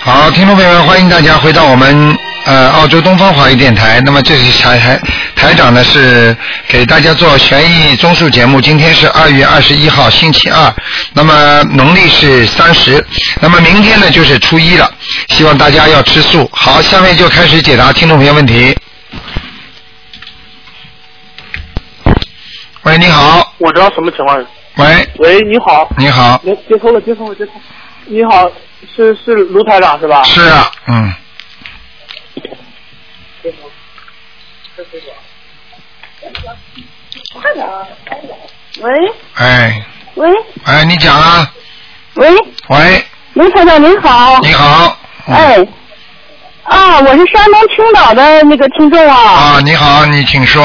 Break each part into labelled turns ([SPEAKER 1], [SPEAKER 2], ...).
[SPEAKER 1] 好，听众朋友们，欢迎大家回到我们呃澳洲东方华语电台。那么这是台台台长呢是给大家做悬疑综述节目。今天是二月二十一号，星期二，那么农历是三十，那么明天呢就是初一了。希望大家要吃素。好，下面就开始解答听众朋友问题。喂，你好，
[SPEAKER 2] 我知道什么情况。
[SPEAKER 1] 喂，
[SPEAKER 2] 喂，你好，
[SPEAKER 1] 你好，
[SPEAKER 2] 接接通了，接通了，接通了。你好，是是卢台长是吧？
[SPEAKER 1] 是啊，嗯，
[SPEAKER 3] 喂
[SPEAKER 1] 哎，
[SPEAKER 3] 喂
[SPEAKER 1] 哎，你讲啊，
[SPEAKER 3] 喂，
[SPEAKER 1] 喂，
[SPEAKER 3] 卢台长您好，
[SPEAKER 1] 你好，嗯
[SPEAKER 3] 哎，啊，我是山东青岛的那个听众啊，
[SPEAKER 1] 啊，你好，你请说。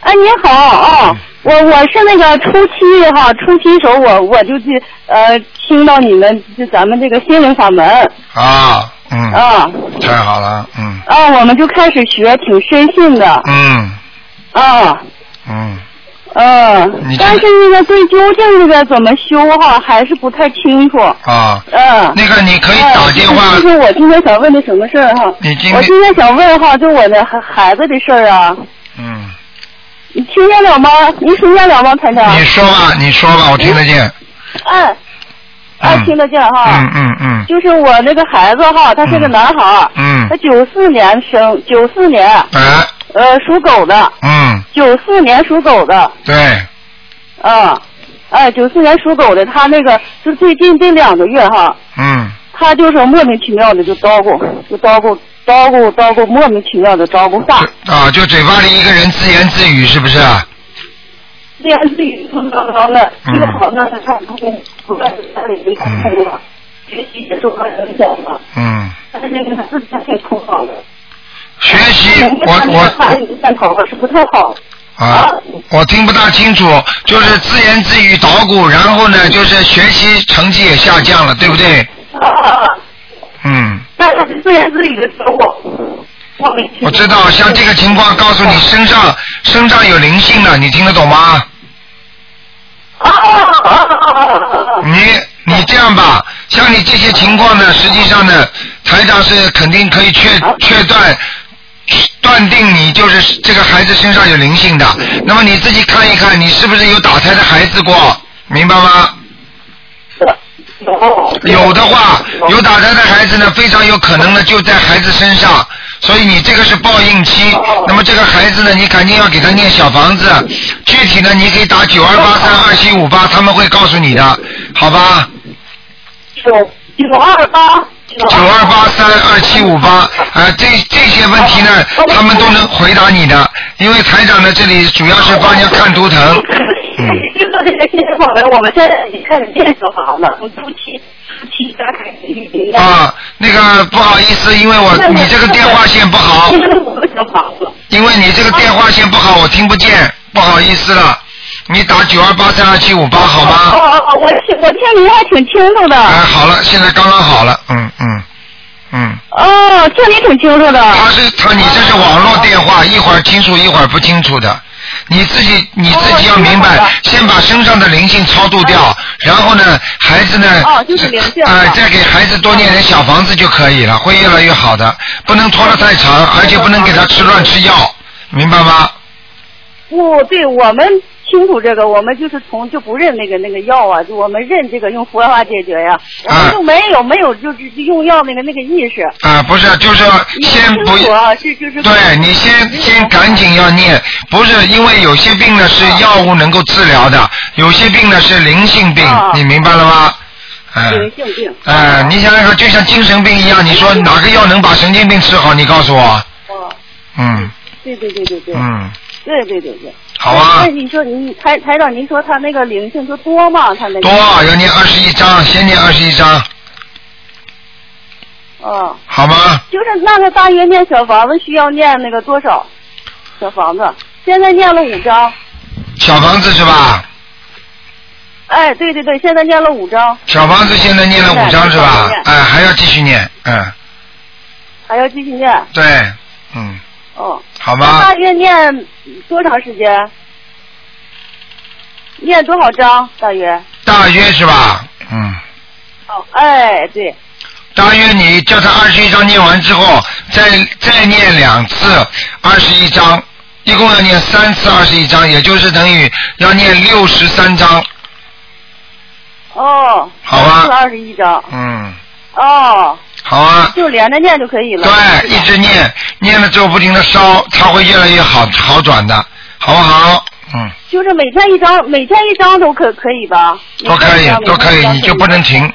[SPEAKER 3] 哎、您好啊，我
[SPEAKER 1] 嗯
[SPEAKER 3] 我是那个初期哈、初期时候我我就去呃听到你们就咱们这个心灵法门
[SPEAKER 1] 啊，嗯，
[SPEAKER 3] 啊
[SPEAKER 1] 太好了，嗯，
[SPEAKER 3] 啊，我们就开始学挺深信的
[SPEAKER 1] 嗯，
[SPEAKER 3] 啊。
[SPEAKER 1] 嗯，
[SPEAKER 3] 嗯
[SPEAKER 1] 你，这
[SPEAKER 3] 但是那个对究竟这个怎么修哈、还是不太清楚。
[SPEAKER 1] 啊，
[SPEAKER 3] 嗯，
[SPEAKER 1] 那个你可以打电话
[SPEAKER 3] 哎，就是我今天想问的什么事儿哈？
[SPEAKER 1] 你今
[SPEAKER 3] 我
[SPEAKER 1] 天，
[SPEAKER 3] 今天想问哈，就我的孩孩子的事儿啊，
[SPEAKER 1] 嗯，
[SPEAKER 3] 你听见了吗？你听见了吗，团长？
[SPEAKER 1] 你说吧，你说吧，我听得见。
[SPEAKER 3] 哎，哎，
[SPEAKER 1] 嗯
[SPEAKER 3] 听得见哈。
[SPEAKER 1] 嗯嗯嗯
[SPEAKER 3] 就是我那个孩子哈，他是个男孩儿，
[SPEAKER 1] 嗯
[SPEAKER 3] 他，九四年生，九四年，
[SPEAKER 1] 哎，
[SPEAKER 3] 呃，属狗的，
[SPEAKER 1] 嗯，
[SPEAKER 3] 九四年属狗的，
[SPEAKER 1] 对，
[SPEAKER 3] 嗯，哎，九四年属狗的，他那个就最近这两个月哈，
[SPEAKER 1] 嗯，
[SPEAKER 3] 他就是莫名其妙的就叨咕，就叨咕叨咕叨咕，莫名其妙的叨咕话。
[SPEAKER 1] 就啊，就嘴巴里一个人自言自语，是不啊是？
[SPEAKER 3] 这样自己蹭蹭蹭的，一个好像是看不见，不断的家里没看过了，学习也受到影响了，
[SPEAKER 1] 嗯，
[SPEAKER 3] 但是那个自己太苦恼了。
[SPEAKER 1] 学习，我
[SPEAKER 3] 看
[SPEAKER 1] 我
[SPEAKER 3] 你看头发是不太啊好。
[SPEAKER 1] 啊，我听不大清楚，就是自言自语捣鼓，然后呢，就是学习成绩也下降了，对不对？
[SPEAKER 3] 啊，
[SPEAKER 1] 嗯。
[SPEAKER 3] 但是自言自语的时候，我我没听
[SPEAKER 1] 我知道，像这个情况，告诉你身上身上有灵性了，你听得懂吗？
[SPEAKER 3] 啊啊啊啊啊啊！
[SPEAKER 1] 你你这样吧，像你这些情况呢，实际上呢，台长是肯定可以确确断断定你就是这个孩子身上有灵性的。那么你自己看一看，你是不是有打胎的孩子过？明白吗？
[SPEAKER 2] 哦
[SPEAKER 1] 有的话，有打胎的孩子呢，非常有可能呢就在孩子身上，所以你这个是报应期。那么这个孩子呢，你赶紧要给他念小房子，具体呢你可以打九二八三二七五八，他们会告诉你的，好吧？
[SPEAKER 3] 九九二八九
[SPEAKER 1] 九二八三二七五八，啊，这这些问题呢，他们都能回答你的，因为台长呢这里主要是帮人家看图腾。嗯
[SPEAKER 3] 经过这个新闻，我们现在已经开始建小房了，从初期初期大概 已经
[SPEAKER 1] 啊，那个不好意思，因为我你这个电话线不好，
[SPEAKER 3] 现在五个小房子。
[SPEAKER 1] 因为你这个电话线不好，我听不见，不好意思了。你打九二八三二七五八好
[SPEAKER 3] 哦
[SPEAKER 1] 吗？
[SPEAKER 3] 哦哦，我听我听您还挺清楚的。
[SPEAKER 1] 哎，好了，现在刚刚好了，嗯嗯嗯。
[SPEAKER 3] 哦，听您挺清楚的。
[SPEAKER 1] 他是他，你这是网络电
[SPEAKER 3] 啊
[SPEAKER 1] 话，一会儿清楚，一会儿不清楚的。你自己你自己要明
[SPEAKER 3] 哦
[SPEAKER 1] 白，先把身上的灵性超度掉，然后呢，孩子呢，
[SPEAKER 3] 哦就是灵性
[SPEAKER 1] 哎、
[SPEAKER 3] 好
[SPEAKER 1] 再给孩子多念点小房子就可以
[SPEAKER 3] 哦
[SPEAKER 1] 了，会越来越好的，不能拖得太长，而且不能给他吃乱吃药，明白吗？
[SPEAKER 3] 不对，我们清楚这个，我们就是从就不认那个那个药啊，就我们认这个用佛法解决呀、我
[SPEAKER 1] 啊
[SPEAKER 3] 们就没有没有就是用药那个那个意识。
[SPEAKER 1] 啊，不是，就是说
[SPEAKER 3] 你
[SPEAKER 1] 先
[SPEAKER 3] 清
[SPEAKER 1] 不，
[SPEAKER 3] 楚啊，是就是。
[SPEAKER 1] 对你先先赶紧要念，不是因为有些病呢是
[SPEAKER 3] 啊
[SPEAKER 1] 药物能够治疗的，有些病呢是灵性病
[SPEAKER 3] 啊，
[SPEAKER 1] 你明白了吗？哎、
[SPEAKER 3] 灵性病。
[SPEAKER 1] 哎、你想想看，就像精神病一样，你说哪个药能把神经病治好？你告诉我。
[SPEAKER 3] 哦，
[SPEAKER 1] 嗯
[SPEAKER 3] 对对对对对，
[SPEAKER 1] 嗯，
[SPEAKER 3] 对对对对。
[SPEAKER 1] 好啊
[SPEAKER 3] 那，你说你台台长，您说他那个灵性就多吗？他那个
[SPEAKER 1] 多啊要念二十一章，先念二十一章，
[SPEAKER 3] 哦，
[SPEAKER 1] 好吗？
[SPEAKER 3] 就是那个大约念小房子需要念那个多少小房子？现在念了五张。
[SPEAKER 1] 小房子是吧？
[SPEAKER 3] 哎，对对对，现在念了五张，
[SPEAKER 1] 小房子现在念了五章是吧
[SPEAKER 3] 对对？
[SPEAKER 1] 哎、还要继续念，嗯，
[SPEAKER 3] 还要继续念。
[SPEAKER 1] 对，嗯，
[SPEAKER 3] 哦，
[SPEAKER 1] 好
[SPEAKER 3] 那
[SPEAKER 1] 吗
[SPEAKER 3] 大？约念多长时间？念多少章？大约？
[SPEAKER 1] 大约是吧？嗯。
[SPEAKER 3] 哦，哎，对，
[SPEAKER 1] 大约你叫他二十一章念完之后，再再念两次二十一章，一共要念三次二十一章，也就是等于要念六十三章，
[SPEAKER 4] 哦，
[SPEAKER 1] 好吧
[SPEAKER 4] 是二十一张，
[SPEAKER 1] 嗯，
[SPEAKER 4] 哦，
[SPEAKER 1] 好啊。
[SPEAKER 4] 就连着念就可以了。
[SPEAKER 1] 对，一直念，念了之后不停的烧，它会越来越好好转的，好不好？嗯，
[SPEAKER 4] 就是每天一张，每天一张都可可以吧？
[SPEAKER 1] 都可以，都可
[SPEAKER 4] 每天一
[SPEAKER 1] 以，
[SPEAKER 4] 张
[SPEAKER 1] 你就不能。停，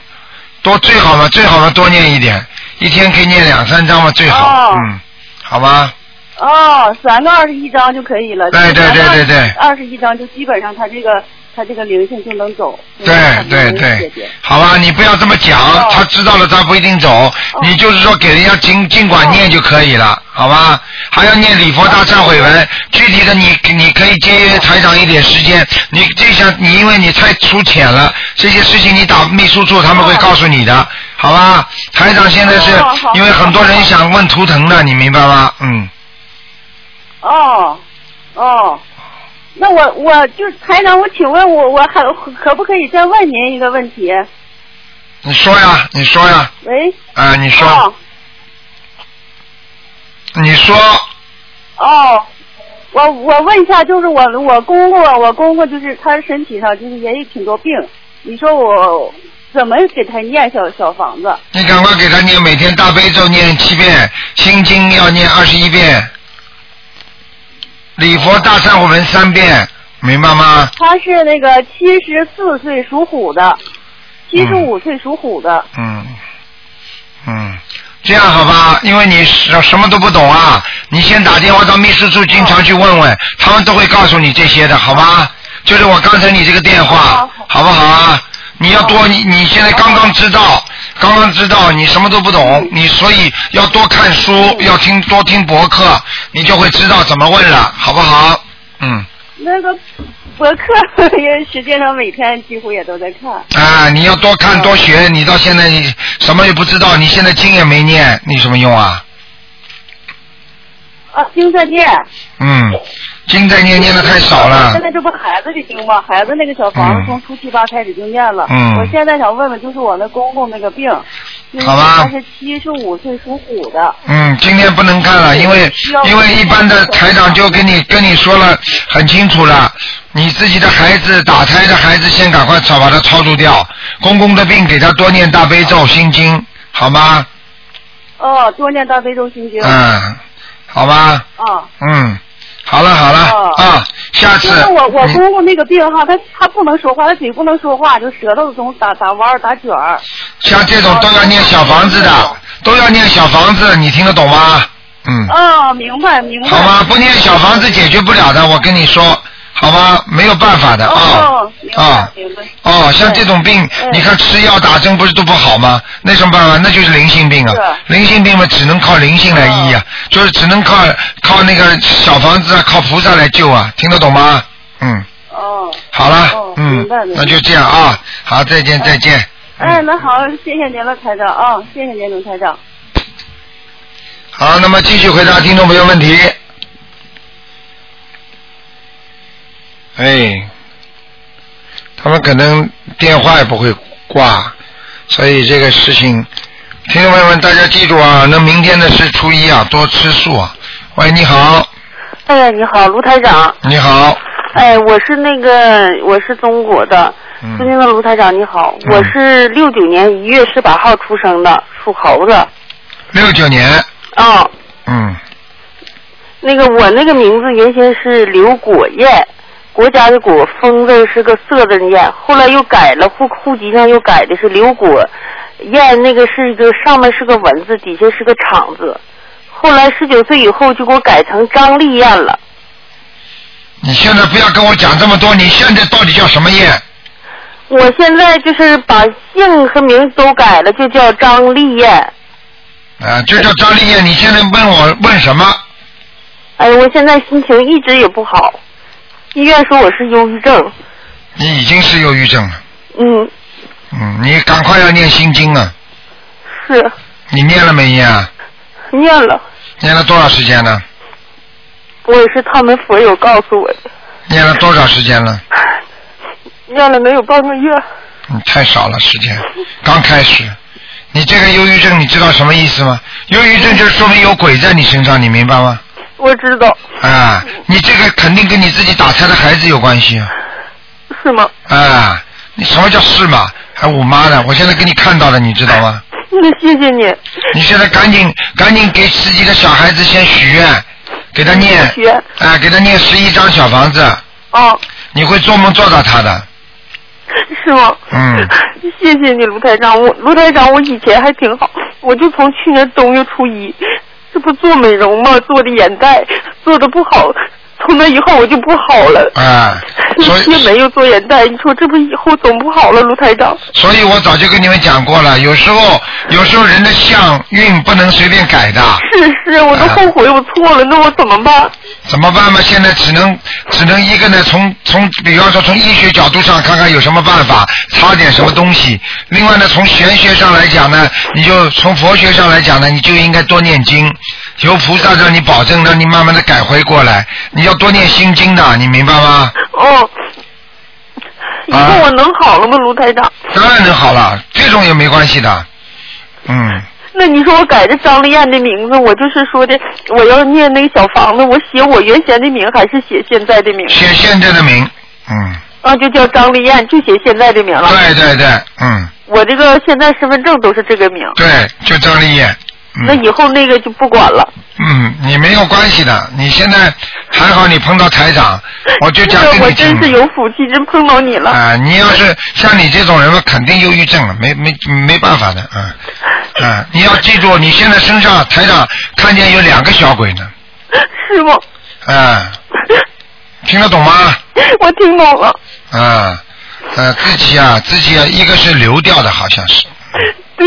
[SPEAKER 1] 多最好嘛，最好嘛，多念一点，一天可以念两三章嘛，最好，
[SPEAKER 4] 哦
[SPEAKER 1] 嗯，好吗？
[SPEAKER 4] 哦，三个二十一张就可以了。
[SPEAKER 1] 对对对对对
[SPEAKER 4] 二十一张就基本上他这个他这个灵性就能走。
[SPEAKER 1] 对对对，好吧，你不要这么讲，
[SPEAKER 4] 哦
[SPEAKER 1] 他知道了他不一定走，你就是说给人家尽尽管念就可以了，好吧？还要念礼佛大忏悔
[SPEAKER 4] 哦
[SPEAKER 1] 文，具体的你你可以节约台长一点时间，你这项你因为你太粗浅了，这些事情你打秘书处他们会告诉你的，好吧？台长现在是
[SPEAKER 4] 哦好
[SPEAKER 1] 因为很多人想问图腾的，你明白吗？嗯，
[SPEAKER 4] 哦哦，那我我就是台长，我请问我我还可不可以再问您一个问题？
[SPEAKER 1] 你说呀，你说呀，
[SPEAKER 4] 喂，
[SPEAKER 1] 啊、你说，
[SPEAKER 4] 哦
[SPEAKER 1] 你说，
[SPEAKER 4] 哦，我我问一下，就是我我公公啊我公公就是他身体上就是也有挺多病，你说我怎么给他念小小房子？
[SPEAKER 1] 你赶快给他念每天大悲咒念七遍，心经要念二十一遍，礼佛大忏悔文三遍，明白吗？
[SPEAKER 4] 他是那个七十四岁属虎的，七十五岁属虎的。
[SPEAKER 1] 嗯，嗯，这样好吧，因为你什什么都不懂啊，你先打电话到秘书处经常去问问，他们都会告诉你这些的，好吗？就是我刚才你这个电话
[SPEAKER 4] 好，
[SPEAKER 1] 好不好啊？你要多，你你现在刚刚知道，刚刚知道你什么都不懂，你所以要多看书，要听多听博客，你就会知道怎么问了，好不好？嗯，
[SPEAKER 4] 那个博客 也实际上每天几乎也都在看。
[SPEAKER 1] 啊，你要多看多学，你到现在你什么也不知道，你现在经也没念，你有什么用啊？
[SPEAKER 4] 啊，经在念。
[SPEAKER 1] 嗯，经在念念的太少了
[SPEAKER 4] 呃现。在这不孩子的经吗？孩子那个小房
[SPEAKER 1] 嗯
[SPEAKER 4] 子从初七八开始就念了。
[SPEAKER 1] 嗯
[SPEAKER 4] 我现在想问问，就是我那公公那个病，就是
[SPEAKER 1] 好吧
[SPEAKER 4] 他是七十五岁属虎的。
[SPEAKER 1] 嗯，今天不能看了，因为因为一般的台长就跟你跟你说了很清楚了，你自己的孩子打胎的孩子先赶快找把它超度掉，公公的病给他多念大悲咒心经，好吗？
[SPEAKER 4] 哦，多念大悲咒心经。
[SPEAKER 1] 嗯，好吧，
[SPEAKER 4] 啊。
[SPEAKER 1] 嗯，好了好了
[SPEAKER 4] 哦
[SPEAKER 1] 啊，下次
[SPEAKER 4] 就是我我
[SPEAKER 1] 你
[SPEAKER 4] 公公那个病哈，他他不能说话，他嘴不能说话，就舌头总打打弯儿打卷儿。
[SPEAKER 1] 像这种都要念小房子的，都要念小房子，你听得懂吗？嗯。
[SPEAKER 4] 哦，明白明白。
[SPEAKER 1] 好吗？不念小房子解决不了的，我跟你说，好吗？没有办法的啊
[SPEAKER 4] 哦，明
[SPEAKER 1] 啊
[SPEAKER 4] 白明白。
[SPEAKER 1] 哦，像这种病
[SPEAKER 4] 对，
[SPEAKER 1] 你看吃药打针不是都不好吗？那有什么办法？那就是灵性病啊，
[SPEAKER 4] 是嗯
[SPEAKER 1] 灵性病嘛，只能靠灵性来医啊，就是只能靠靠那个小房子啊，靠菩萨来救啊，听得懂吗？嗯，
[SPEAKER 4] 哦，
[SPEAKER 1] 好了，
[SPEAKER 4] 哦
[SPEAKER 1] 嗯
[SPEAKER 4] 明白明，白
[SPEAKER 1] 那就这样啊，好，再见再见。
[SPEAKER 4] 哎，那好，谢谢您了，台长啊、谢谢您，鲁台长。
[SPEAKER 1] 好，那么继续回答听众朋友问题。哎，他们可能电话也不会挂，所以这个事情，听众朋友们大家记住啊，那明天呢是初一啊，多吃素啊。喂，你好，
[SPEAKER 3] 哎，你好，卢台长。
[SPEAKER 1] 你好，
[SPEAKER 3] 哎，我是那个，我是中国的，
[SPEAKER 1] 嗯
[SPEAKER 3] 尊敬的卢台长，你好，
[SPEAKER 1] 嗯
[SPEAKER 3] 我是六九年一月十八号出生的，属猴子。
[SPEAKER 1] 六九年，
[SPEAKER 3] 啊、
[SPEAKER 1] 嗯，
[SPEAKER 3] 那个我那个名字原先是刘果燕，国家的果，风字是个色字念，后来又改了，户户籍上又改的是刘果燕，那个是一个上面是个文字，底下是个厂字，后来十九岁以后就给我改成张丽燕了。
[SPEAKER 1] 你现在不要跟我讲这么多，你现在到底叫什么燕？
[SPEAKER 3] 我现在就是把姓和名都改了，就叫张丽艳。
[SPEAKER 1] 啊，就叫张丽燕。你现在问我问什么？
[SPEAKER 3] 哎，我现在心情一直也不好，医院说我是忧郁症。
[SPEAKER 1] 你已经是忧郁症了。
[SPEAKER 3] 嗯，
[SPEAKER 1] 嗯，你赶快要念心经啊！
[SPEAKER 3] 是
[SPEAKER 1] 你念了没念啊？
[SPEAKER 3] 念了，
[SPEAKER 1] 念了多少时间了？
[SPEAKER 3] 我也是他们佛友告诉我的，
[SPEAKER 1] 念了多少时间了？
[SPEAKER 3] 念了能有半个月。
[SPEAKER 1] 嗯，太少了时间，刚开始。你这个忧郁症，你知道什么意思吗？忧郁症就是说明有鬼在你身上，你明白吗？
[SPEAKER 3] 我知道，
[SPEAKER 1] 啊，你这个肯定跟你自己打胎的孩子有关系啊！
[SPEAKER 3] 是吗？
[SPEAKER 1] 啊，你什么叫是嘛？还我妈呢？我现在给你看到了，你知道吗？
[SPEAKER 3] 那谢谢你，
[SPEAKER 1] 你现在赶紧赶紧给自己的小孩子先许愿，给他念
[SPEAKER 3] 许愿，
[SPEAKER 1] 啊，给他念十一张小房子，
[SPEAKER 3] 哦，
[SPEAKER 1] 你会做梦做到他的。
[SPEAKER 3] 是吗？
[SPEAKER 1] 嗯，
[SPEAKER 3] 谢谢你，卢台长。我卢台长，我以前还挺好，我就从去年冬月初一，这不做美容吗？做的眼袋，做的不好，从那以后我就不好了。
[SPEAKER 1] 啊，所以
[SPEAKER 3] 一天没有做眼袋，你说这不以后总不好了，卢台长？
[SPEAKER 1] 所以我早就跟你们讲过了，有时候有时候人的相运不能随便改的，
[SPEAKER 3] 是是，我
[SPEAKER 1] 哎
[SPEAKER 3] 都后悔，我错了，那我怎么办？
[SPEAKER 1] 怎么办嘛？现在只能只能一个呢，从从比方说从医学角度上看看有什么办法，擦点什么东西。另外呢，从玄学上来讲呢，你就从佛学上来讲呢，你就应该多念经，求菩萨让你保证，让你慢慢的改回过来。你要多念心经的，你明白吗？
[SPEAKER 3] 哦，以后
[SPEAKER 1] 啊
[SPEAKER 3] 我能好了吗，卢台长？
[SPEAKER 1] 当然能好了，这种也没关系的。嗯，
[SPEAKER 3] 那你说我改着张丽艳的名字，我就是说的，我要念那个小房子，我写我原先的名还是写现在的名？
[SPEAKER 1] 写现在的名，嗯，
[SPEAKER 3] 啊，就叫张丽艳，就写现在的名了。
[SPEAKER 1] 对对对，嗯，
[SPEAKER 3] 我这个现在身份证都是这个名，
[SPEAKER 1] 对，就张丽艳。嗯。
[SPEAKER 3] 那以后那个就不管了。
[SPEAKER 1] 嗯，你没有关系的，你现在还好，你碰到台 长，我就讲
[SPEAKER 3] 这
[SPEAKER 1] 给
[SPEAKER 3] 个我
[SPEAKER 1] 你听
[SPEAKER 3] 真。是有福气，真碰到你了。
[SPEAKER 1] 啊、你要是像你这种人嘛，肯定忧郁症了，没没没办法的啊啊、你要记住，你现在身上台长看见有两个小鬼呢，
[SPEAKER 3] 是吗？
[SPEAKER 1] 啊、听得懂吗？
[SPEAKER 3] 我听懂了。
[SPEAKER 1] 啊、呃，自己啊，自己啊，一个是流掉的，好像是，
[SPEAKER 3] 对，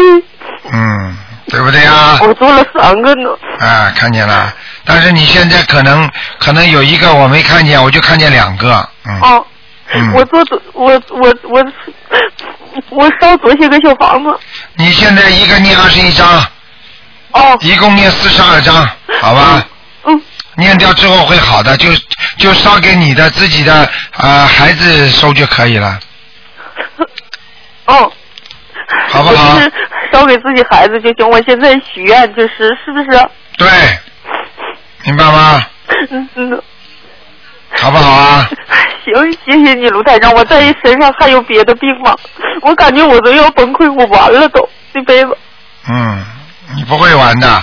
[SPEAKER 1] 嗯，对不对啊？
[SPEAKER 3] 我做了三个呢。
[SPEAKER 1] 啊，看见了，但是你现在可能可能有一个我没看见，我就看见两个，嗯。
[SPEAKER 3] 哦，
[SPEAKER 1] 嗯
[SPEAKER 3] 我做昨我我我我烧多些个小房子。
[SPEAKER 1] 你现在一个念二十一章，
[SPEAKER 3] 哦，
[SPEAKER 1] 一共念四十二章，好吧？
[SPEAKER 3] 嗯，
[SPEAKER 1] 念掉之后会好的，就就烧给你的自己的呃孩子收就可以了。
[SPEAKER 3] 哦。
[SPEAKER 1] 好不好
[SPEAKER 3] 我就是烧给自己孩子就行。我现在许愿就是是不是？
[SPEAKER 1] 对，明白吗？
[SPEAKER 3] 嗯嗯。
[SPEAKER 1] 好不好啊？
[SPEAKER 3] 行，谢谢你，卢台长。我在身上还有别的病吗？我感觉我都要崩溃，我完了都，这辈子。
[SPEAKER 1] 嗯，你不会玩的，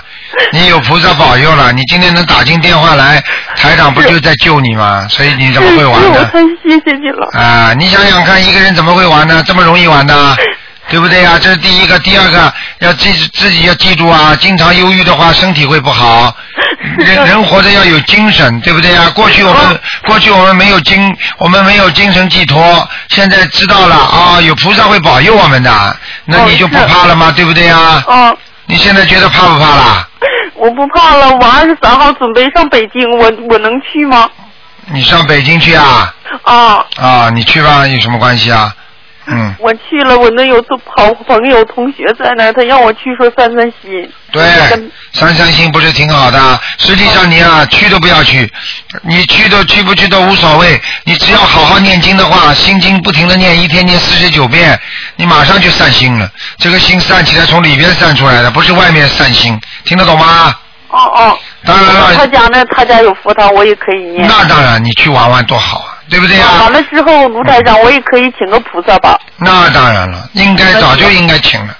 [SPEAKER 1] 你有菩萨保佑了。你今天能打进电话来，台长不就在救你吗？所以你怎么会玩
[SPEAKER 3] 哎是我
[SPEAKER 1] 呢？
[SPEAKER 3] 太谢谢你 了。
[SPEAKER 1] 啊、你想想看，一个人怎么会玩呢？这么容易玩呢？对不对呀、这是第一个，第二个要记自己要记住啊，经常忧郁的话，身体会不 好。人人活着要有精神，对不对呀、过去我
[SPEAKER 3] 哦
[SPEAKER 1] 们过去我们没有精，我们没有精神寄托，现在知道了啊、有菩萨会保佑我们的，那
[SPEAKER 3] 哦
[SPEAKER 1] 你就不
[SPEAKER 3] 是
[SPEAKER 1] 怕了吗？对不对呀、
[SPEAKER 3] 啊，
[SPEAKER 1] 你现在觉得怕不怕啦？
[SPEAKER 3] 我不怕了。我二十三号准备上北京，我我能去吗？
[SPEAKER 1] 你上北京去啊？
[SPEAKER 3] 啊，
[SPEAKER 1] 啊，你去吧，有什么关系啊？嗯，
[SPEAKER 3] 我去了，我那有做好朋友同学在那儿，他让我去说散散心。
[SPEAKER 1] 对
[SPEAKER 3] 我跟，
[SPEAKER 1] 三三星不是挺好的？实际上你
[SPEAKER 3] 哦
[SPEAKER 1] 啊，去都不要去，你去都去不去都无所谓，你只要好好念经的话，心经不停的念，一天念四十九遍，你马上就散心了。这个心散起来从里边散出来的，不是外面散心，听得懂吗？
[SPEAKER 3] 哦哦，
[SPEAKER 1] 当然
[SPEAKER 3] 他
[SPEAKER 1] 了，
[SPEAKER 3] 家那他家有佛堂，我也可以念。
[SPEAKER 1] 那当然，你去玩玩多好啊，对不对
[SPEAKER 3] 啊
[SPEAKER 1] 啊
[SPEAKER 3] 完？了之后，卢台长，我也可以请个菩萨吧？
[SPEAKER 1] 那当然了，应该早就应该请了。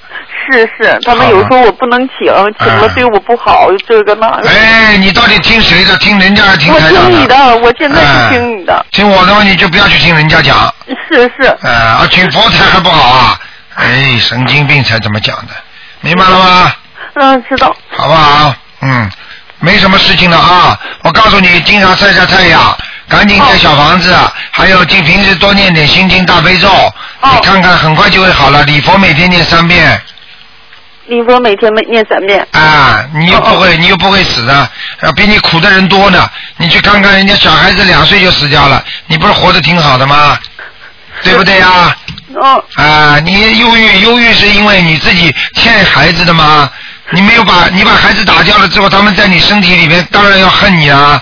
[SPEAKER 3] 是是，他们有时候我不能请，请了对我不好，这个那个。
[SPEAKER 1] 嗯哎，你到底听谁的？听人家还是听
[SPEAKER 3] 我
[SPEAKER 1] 台长
[SPEAKER 3] 听你
[SPEAKER 1] 的？嗯
[SPEAKER 3] 的，我现在是听你的，
[SPEAKER 1] 听我的话，你就不要去听人家讲。
[SPEAKER 3] 是是，
[SPEAKER 1] 呃，啊，请佛台还不好啊？哎，神经病才这么讲的，明白了吗？
[SPEAKER 3] 嗯，知道，
[SPEAKER 1] 好不好？嗯，没什么事情了啊。我告诉你，经常晒晒太阳，赶紧盖小房子，还有尽平时多念点心经大悲咒，你看看很快就会好了。礼佛每天念三遍
[SPEAKER 3] 你说每天念三遍，
[SPEAKER 1] 啊，你又不会，你又不会死的，啊，比你苦的人多呢。你去看看人家小孩子两岁就死掉了，你不是活得挺好的吗？对不对呀、
[SPEAKER 3] 嗯，
[SPEAKER 1] 啊，你忧郁，忧郁是因为你自己欠孩子的吗？你没有把你把孩子打掉了之后，他们在你身体里面当然要恨你啊，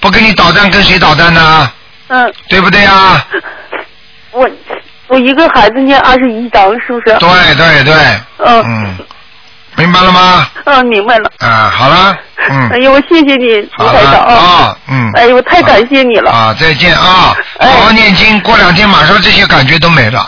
[SPEAKER 1] 不跟你捣蛋跟谁捣蛋呢？
[SPEAKER 3] 嗯，
[SPEAKER 1] 对不对啊？
[SPEAKER 3] 我我一个孩子念二十一章，是不是？
[SPEAKER 1] 对对对，
[SPEAKER 3] 嗯，
[SPEAKER 1] 嗯，明白了吗？
[SPEAKER 3] 嗯，明白了。
[SPEAKER 1] 啊，好了，嗯
[SPEAKER 3] 哎，呦，我谢谢你，卢
[SPEAKER 1] 好
[SPEAKER 3] 台
[SPEAKER 1] 了
[SPEAKER 3] 长
[SPEAKER 1] 啊，嗯，
[SPEAKER 3] 哎呦，我太感谢你了。哎
[SPEAKER 1] 啊，再见啊，好好念经，过两天马上这些感觉都没了。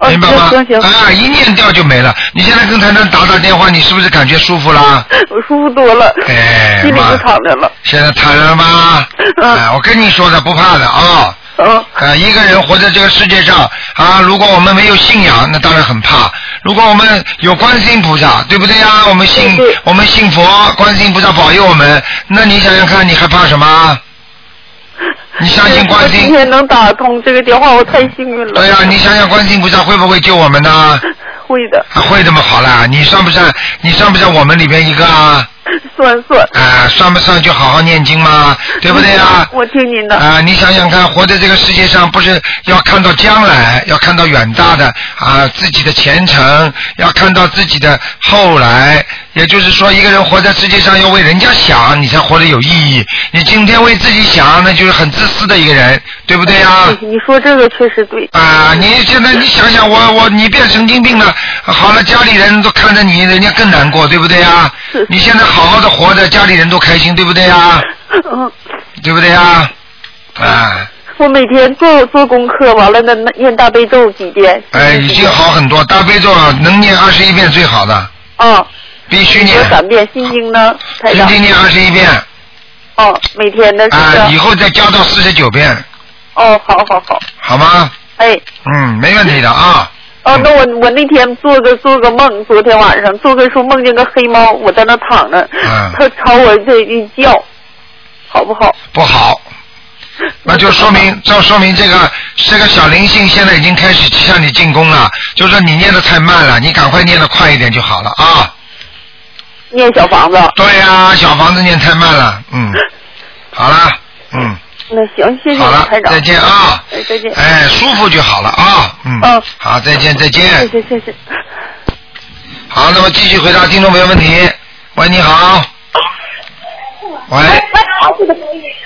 [SPEAKER 3] 哦
[SPEAKER 1] 明白吗
[SPEAKER 3] 行？行行
[SPEAKER 1] 啊，一念掉就没了。你现在跟台长打打电话，你是不是感觉舒服啦？
[SPEAKER 3] 我舒服多了，
[SPEAKER 1] 哎
[SPEAKER 3] 心里
[SPEAKER 1] 妈
[SPEAKER 3] 就躺着了。
[SPEAKER 1] 现在坦然了吧？
[SPEAKER 3] 嗯
[SPEAKER 1] 哎，我跟你说的，不怕的啊。
[SPEAKER 3] 嗯
[SPEAKER 1] 呃，一个人活在这个世界上啊，如果我们没有信仰，那当然很怕；如果我们有观世音菩萨，对不对呀、我们信
[SPEAKER 3] 对对
[SPEAKER 1] 我们信佛，观世音菩萨保佑我们，那你想想看，你还怕什么？你相信观
[SPEAKER 3] 哎我
[SPEAKER 1] 世音
[SPEAKER 3] 今天能打通这个电话，我太幸运了。
[SPEAKER 1] 对呀、你想想观世音菩萨会不会救我们呢？
[SPEAKER 3] 会的，
[SPEAKER 1] 啊会这么好啦？你算不算？你算不算我们里边一个啊？
[SPEAKER 3] 算算。
[SPEAKER 1] 啊，算不算就好好念经嘛，对不对呀、
[SPEAKER 3] 嗯我听您的。
[SPEAKER 1] 啊，你想想看，活在这个世界上，不是要看到将来，要看到远大的啊自己的前程，要看到自己的后来。也就是说，一个人活在世界上要为人家想，你才活得有意义。你今天为自己想，那就是很自私的一个人，对不对呀、
[SPEAKER 3] 你说这个确实对。
[SPEAKER 1] 啊，你现在你想想我我你变神经病了，好了，家里人都看着你，人家更难过，对不对呀
[SPEAKER 3] 是？
[SPEAKER 1] 你现在好好的活着，家里人都开心，对不对呀？
[SPEAKER 3] 嗯，
[SPEAKER 1] 对不对呀？啊，
[SPEAKER 3] 我每天做做功课，完了呢念大悲咒几遍。
[SPEAKER 1] 哎，已经好很多。大悲咒啊能念二十一遍最好的，
[SPEAKER 3] 啊，
[SPEAKER 1] 必须念
[SPEAKER 3] 有，三遍心经呢，台
[SPEAKER 1] 必
[SPEAKER 3] 长
[SPEAKER 1] 须。念二十一遍啊
[SPEAKER 3] 哦，每天的是不
[SPEAKER 1] 啊，以
[SPEAKER 3] 是？
[SPEAKER 1] 后再加到四十九遍，
[SPEAKER 3] 哦，好好好。
[SPEAKER 1] 好吗？
[SPEAKER 3] 哎，
[SPEAKER 1] 嗯，没问题的啊。
[SPEAKER 3] 哦，
[SPEAKER 1] 嗯
[SPEAKER 3] 那我我那天做个做个梦，昨天晚上做个说梦见个黑猫，我在那躺着，
[SPEAKER 1] 嗯
[SPEAKER 3] 它朝我这一叫，好不好？
[SPEAKER 1] 不好，那就说 明，这说明这个这个小灵性现在已经开始向你进攻了，就是说你念的太慢了，你赶快念的快一点就好了啊。
[SPEAKER 3] 念小房子。
[SPEAKER 1] 对呀、小房子念太慢了，嗯，好了，嗯，
[SPEAKER 3] 那行，谢谢
[SPEAKER 1] 好
[SPEAKER 3] 你
[SPEAKER 1] 了
[SPEAKER 3] 台，长
[SPEAKER 1] 再。见啊，
[SPEAKER 3] 哎，再见。
[SPEAKER 1] 哎，舒服就好了啊，嗯
[SPEAKER 3] 嗯，
[SPEAKER 1] 好，再见，再
[SPEAKER 3] 谢
[SPEAKER 1] 见，
[SPEAKER 3] 谢谢谢。
[SPEAKER 1] 好，那么继续回答听众朋友问题。喂，你好，喂，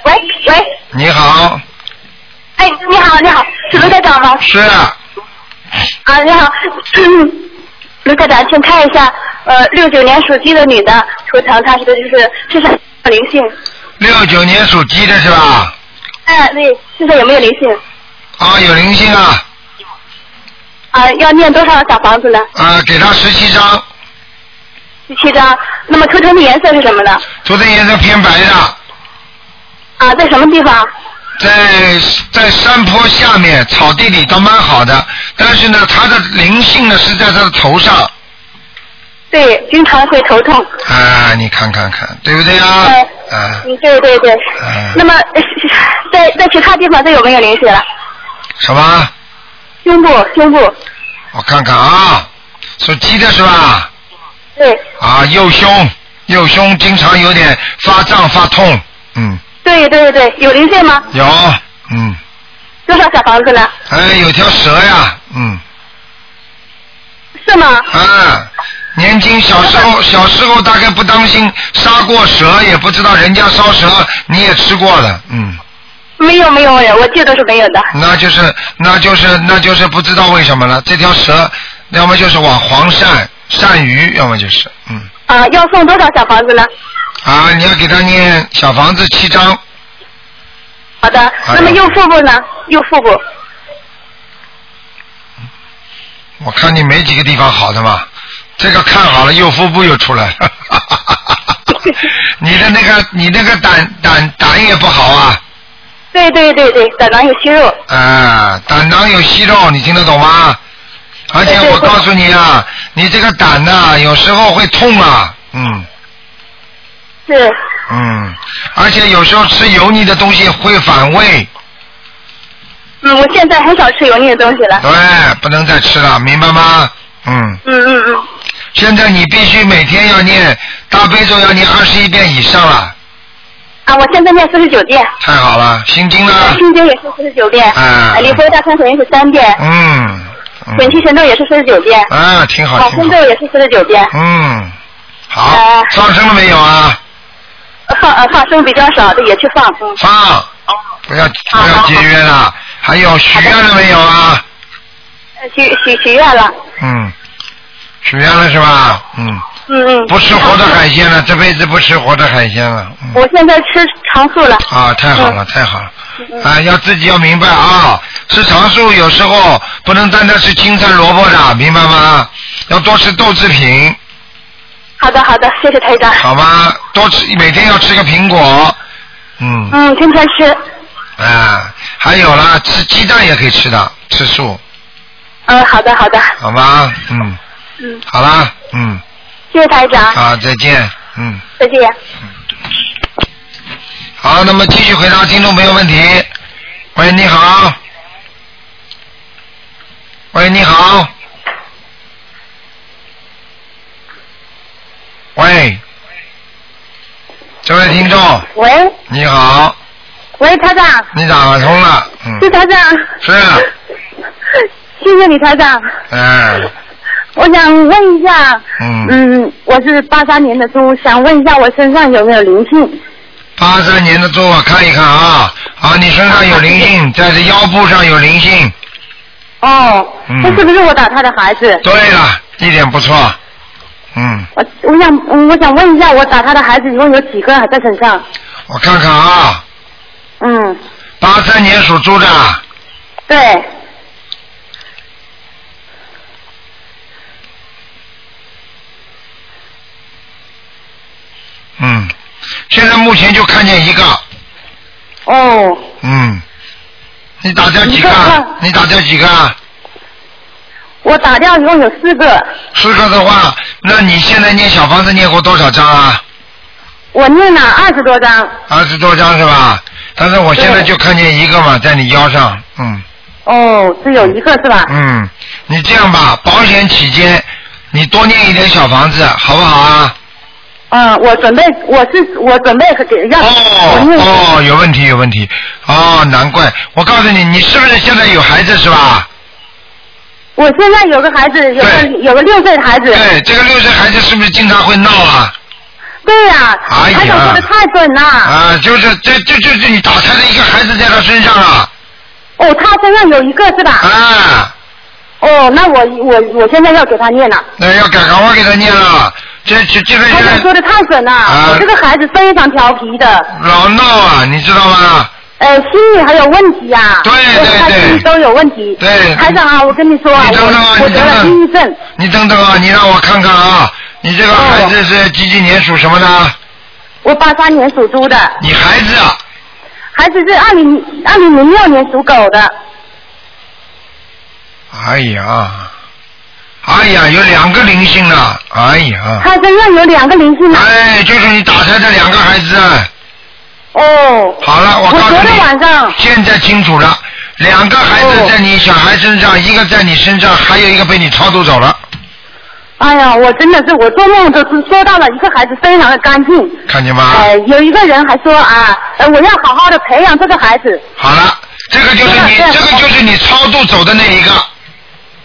[SPEAKER 5] 喂喂，
[SPEAKER 1] 你好，
[SPEAKER 5] 哎，你好，你好，是卢台长吗？
[SPEAKER 1] 是
[SPEAKER 5] 啊，你好， 卢台长，请看一下，呃，六九年属鸡的女的，图腾她是的就是身上有没有灵性？
[SPEAKER 1] 六九年属鸡的是吧？
[SPEAKER 5] 哎，对，身上有没有灵性？
[SPEAKER 1] 啊，有灵性啊，
[SPEAKER 5] 啊，要念多少小房子呢？
[SPEAKER 1] 啊，给他十七张，
[SPEAKER 5] 十七张。那么图腾的颜色是什么呢？
[SPEAKER 1] 昨天颜色偏白的，
[SPEAKER 5] 啊，在什么地方？
[SPEAKER 1] 在在山坡下面草地里倒蛮好的，但是呢，它的灵性呢是在它的头上
[SPEAKER 5] 对，经常会头痛。
[SPEAKER 1] 啊，你看看看，对不对啊？啊，
[SPEAKER 5] 嗯，对对对。
[SPEAKER 1] 嗯
[SPEAKER 5] 那么呃在在其他地方都有没有灵性了？
[SPEAKER 1] 什么？
[SPEAKER 5] 胸部，胸部，
[SPEAKER 1] 我看看啊，属鸡的是吧？
[SPEAKER 5] 对
[SPEAKER 1] 啊，右胸，右胸经常有点发胀发痛，嗯，
[SPEAKER 5] 对对对，有灵性吗？
[SPEAKER 1] 有，嗯，
[SPEAKER 5] 多少小房子呢？
[SPEAKER 1] 哎，有条蛇呀，嗯，
[SPEAKER 5] 是吗？
[SPEAKER 1] 啊，年轻小时候小时候大概不当心杀过蛇，也不知道人家烧蛇你也吃过的，嗯。
[SPEAKER 5] 没有没有，我记得是没有的。
[SPEAKER 1] 那就是那就是那就是不知道为什么了。这条蛇，要么就是往黄鳝、鳝鱼，要么就是嗯
[SPEAKER 5] 啊，要送多少小房子呢？
[SPEAKER 1] 啊，你要给他念小房子七章，
[SPEAKER 5] 好的，那么右腹部呢？右腹部。
[SPEAKER 1] 我看你没几个地方好的嘛。这个看好了，右腹部又出来了。你的那个你那个胆胆胆也不好啊，
[SPEAKER 5] 对对对对，胆囊有息肉。
[SPEAKER 1] 啊，胆囊有息肉，你听得懂吗？而且我告诉你啊，你这个胆呐、有时候会痛啊，嗯。
[SPEAKER 5] 是。
[SPEAKER 1] 嗯，而且有时候吃油腻的东西会反胃，
[SPEAKER 5] 嗯，我现在很少吃油腻的东西了。
[SPEAKER 1] 对，不能再吃了，明白吗？嗯，
[SPEAKER 5] 嗯嗯嗯。
[SPEAKER 1] 现在你必须每天要念大悲咒，要念二十一遍以上了，
[SPEAKER 5] 啊，我现在念四十九遍，
[SPEAKER 1] 太好了，心经呢？
[SPEAKER 5] 心经也是四十九遍，
[SPEAKER 1] 啊
[SPEAKER 5] 呃离佛大忏悔文是三遍，
[SPEAKER 1] 嗯，
[SPEAKER 5] 准提
[SPEAKER 1] 嗯
[SPEAKER 5] 神咒也是四十九遍，
[SPEAKER 1] 啊，挺好，
[SPEAKER 5] 往
[SPEAKER 1] 挺
[SPEAKER 5] 生
[SPEAKER 1] 好
[SPEAKER 5] 咒，也是四十九遍，
[SPEAKER 1] 嗯，好
[SPEAKER 5] 哎，
[SPEAKER 1] 放生了没有啊？
[SPEAKER 5] 放呃放生比较少的也去放。嗯
[SPEAKER 1] 放，不要不要节约了，还有许愿了没有啊？
[SPEAKER 5] 呃许许许愿了，
[SPEAKER 1] 嗯，许愿了是吧？嗯，
[SPEAKER 5] 嗯嗯。
[SPEAKER 1] 不吃活的海鲜了，这辈子不吃活的海鲜了。嗯
[SPEAKER 5] 我现在吃长素了。
[SPEAKER 1] 啊，太好了，太好了！啊，要自己要明白啊，吃长素有时候不能单单吃青菜萝卜的，明白吗？要多吃豆制品，
[SPEAKER 5] 好的好的，谢谢台长。
[SPEAKER 1] 好吗？多吃每天要吃个苹果，嗯，
[SPEAKER 5] 嗯，天天吃。
[SPEAKER 1] 啊，还有啦，吃鸡蛋也可以吃的，吃素，
[SPEAKER 5] 嗯，好的好的，
[SPEAKER 1] 好吗？嗯，
[SPEAKER 5] 嗯，
[SPEAKER 1] 好啦，嗯，
[SPEAKER 5] 谢谢台长，
[SPEAKER 1] 啊，再见，嗯，
[SPEAKER 5] 再见。
[SPEAKER 1] 好，那么继续回答听众朋友问题。喂，你好。喂，你好。喂，这位听众，
[SPEAKER 5] 喂
[SPEAKER 1] 你好，
[SPEAKER 5] 喂，台长，
[SPEAKER 1] 你打通了，
[SPEAKER 5] 是
[SPEAKER 1] 嗯，
[SPEAKER 5] 台长，
[SPEAKER 1] 是，
[SPEAKER 5] 谢谢你台长，
[SPEAKER 1] 哎，
[SPEAKER 5] 我想问一下，
[SPEAKER 1] 嗯，
[SPEAKER 5] 嗯，我是八三年的猪，想问一下我身上有没有灵性？
[SPEAKER 1] 八三年的猪，我看一看啊，啊，你身上有灵性，在这腰部上有灵性，
[SPEAKER 5] 哦，
[SPEAKER 1] 嗯
[SPEAKER 5] 这是不是我打他的孩子？
[SPEAKER 1] 对了，一点不错，嗯。
[SPEAKER 5] 我我想嗯我想问一下，我打他的孩子一共有几个还在身上？
[SPEAKER 1] 我看看啊，
[SPEAKER 5] 嗯，
[SPEAKER 1] 八三年属猪的，
[SPEAKER 5] 对，
[SPEAKER 1] 嗯，现在目前就看见一个，
[SPEAKER 5] 哦，
[SPEAKER 1] 嗯，你打掉几
[SPEAKER 5] 一个
[SPEAKER 1] 个？你打掉几个？
[SPEAKER 5] 我打掉一共有四个，
[SPEAKER 1] 四个的话，那你现在念小房子念过多少章啊？
[SPEAKER 5] 我念了二十多张。
[SPEAKER 1] 二十多章是吧？但是我现在
[SPEAKER 5] 对
[SPEAKER 1] 就看见一个嘛，在你腰上，嗯
[SPEAKER 5] 哦，只有一个是吧？
[SPEAKER 1] 嗯，你这样吧，保险起见，你多念一点小房子，好不好啊？
[SPEAKER 5] 嗯，我准备，我是我准备给让嗯我念
[SPEAKER 1] 哦哦，有问题有问题，哦，难怪，我告诉你，你是不是现在有孩子是吧？
[SPEAKER 5] 我现在有个孩子，有个
[SPEAKER 1] 对
[SPEAKER 5] 有个六岁的孩子，
[SPEAKER 1] 对，这个六岁孩子是不是经常会闹啊？
[SPEAKER 5] 对呀、
[SPEAKER 1] 哎呀
[SPEAKER 5] 台长说的太准了。
[SPEAKER 1] 啊，就是这这这这你打胎的一个孩子在他身上了，
[SPEAKER 5] 哦，他身上有一个是吧？
[SPEAKER 1] 啊，
[SPEAKER 5] 哦，那我我我现在要给他念了。
[SPEAKER 1] 那要赶赶快给他念了，这这这个
[SPEAKER 5] 台长说
[SPEAKER 1] 人
[SPEAKER 5] 的太准了，
[SPEAKER 1] 啊
[SPEAKER 5] 我这个孩子非常调皮的，
[SPEAKER 1] 老闹啊，你知道吗？
[SPEAKER 5] 呃，心理还有问题啊，
[SPEAKER 1] 对对
[SPEAKER 5] 就是他
[SPEAKER 1] 对
[SPEAKER 5] 心理都有问题。
[SPEAKER 1] 对
[SPEAKER 5] 台长啊，我跟你说啊，
[SPEAKER 1] 你等等啊
[SPEAKER 5] 我我
[SPEAKER 1] 你
[SPEAKER 5] 得
[SPEAKER 1] 等
[SPEAKER 5] 了
[SPEAKER 1] 等
[SPEAKER 5] 抑郁症，
[SPEAKER 1] 你等等啊，你让我看看啊，你这个
[SPEAKER 5] 哦
[SPEAKER 1] 孩子是几几年属什么的？
[SPEAKER 5] 我八三年属猪的，
[SPEAKER 1] 你孩子啊，
[SPEAKER 5] 孩子是二零二零零六年属狗的。
[SPEAKER 1] 哎呀，哎呀，有两个灵性了，哎呀，
[SPEAKER 5] 他身上有两个灵性呢。
[SPEAKER 1] 哎，就是你打胎的两个孩子啊。
[SPEAKER 5] 哦，
[SPEAKER 1] 好了，我
[SPEAKER 5] 我
[SPEAKER 1] 告诉
[SPEAKER 5] 昨天
[SPEAKER 1] 你，
[SPEAKER 5] 晚上，
[SPEAKER 1] 现在清楚了，两个孩子
[SPEAKER 5] 哦
[SPEAKER 1] 在你小孩身上，一个在你身上，还有一个被你超度走了，
[SPEAKER 5] 哎呀，我真的是我做梦都是说到了一个孩子非常的干净，
[SPEAKER 1] 看见吗？
[SPEAKER 5] 呃，有一个人还说啊，呃，我要好好的培养这个孩子。
[SPEAKER 1] 好了，这个就是你
[SPEAKER 5] 对了，
[SPEAKER 1] 这个就是你超度走的那一个，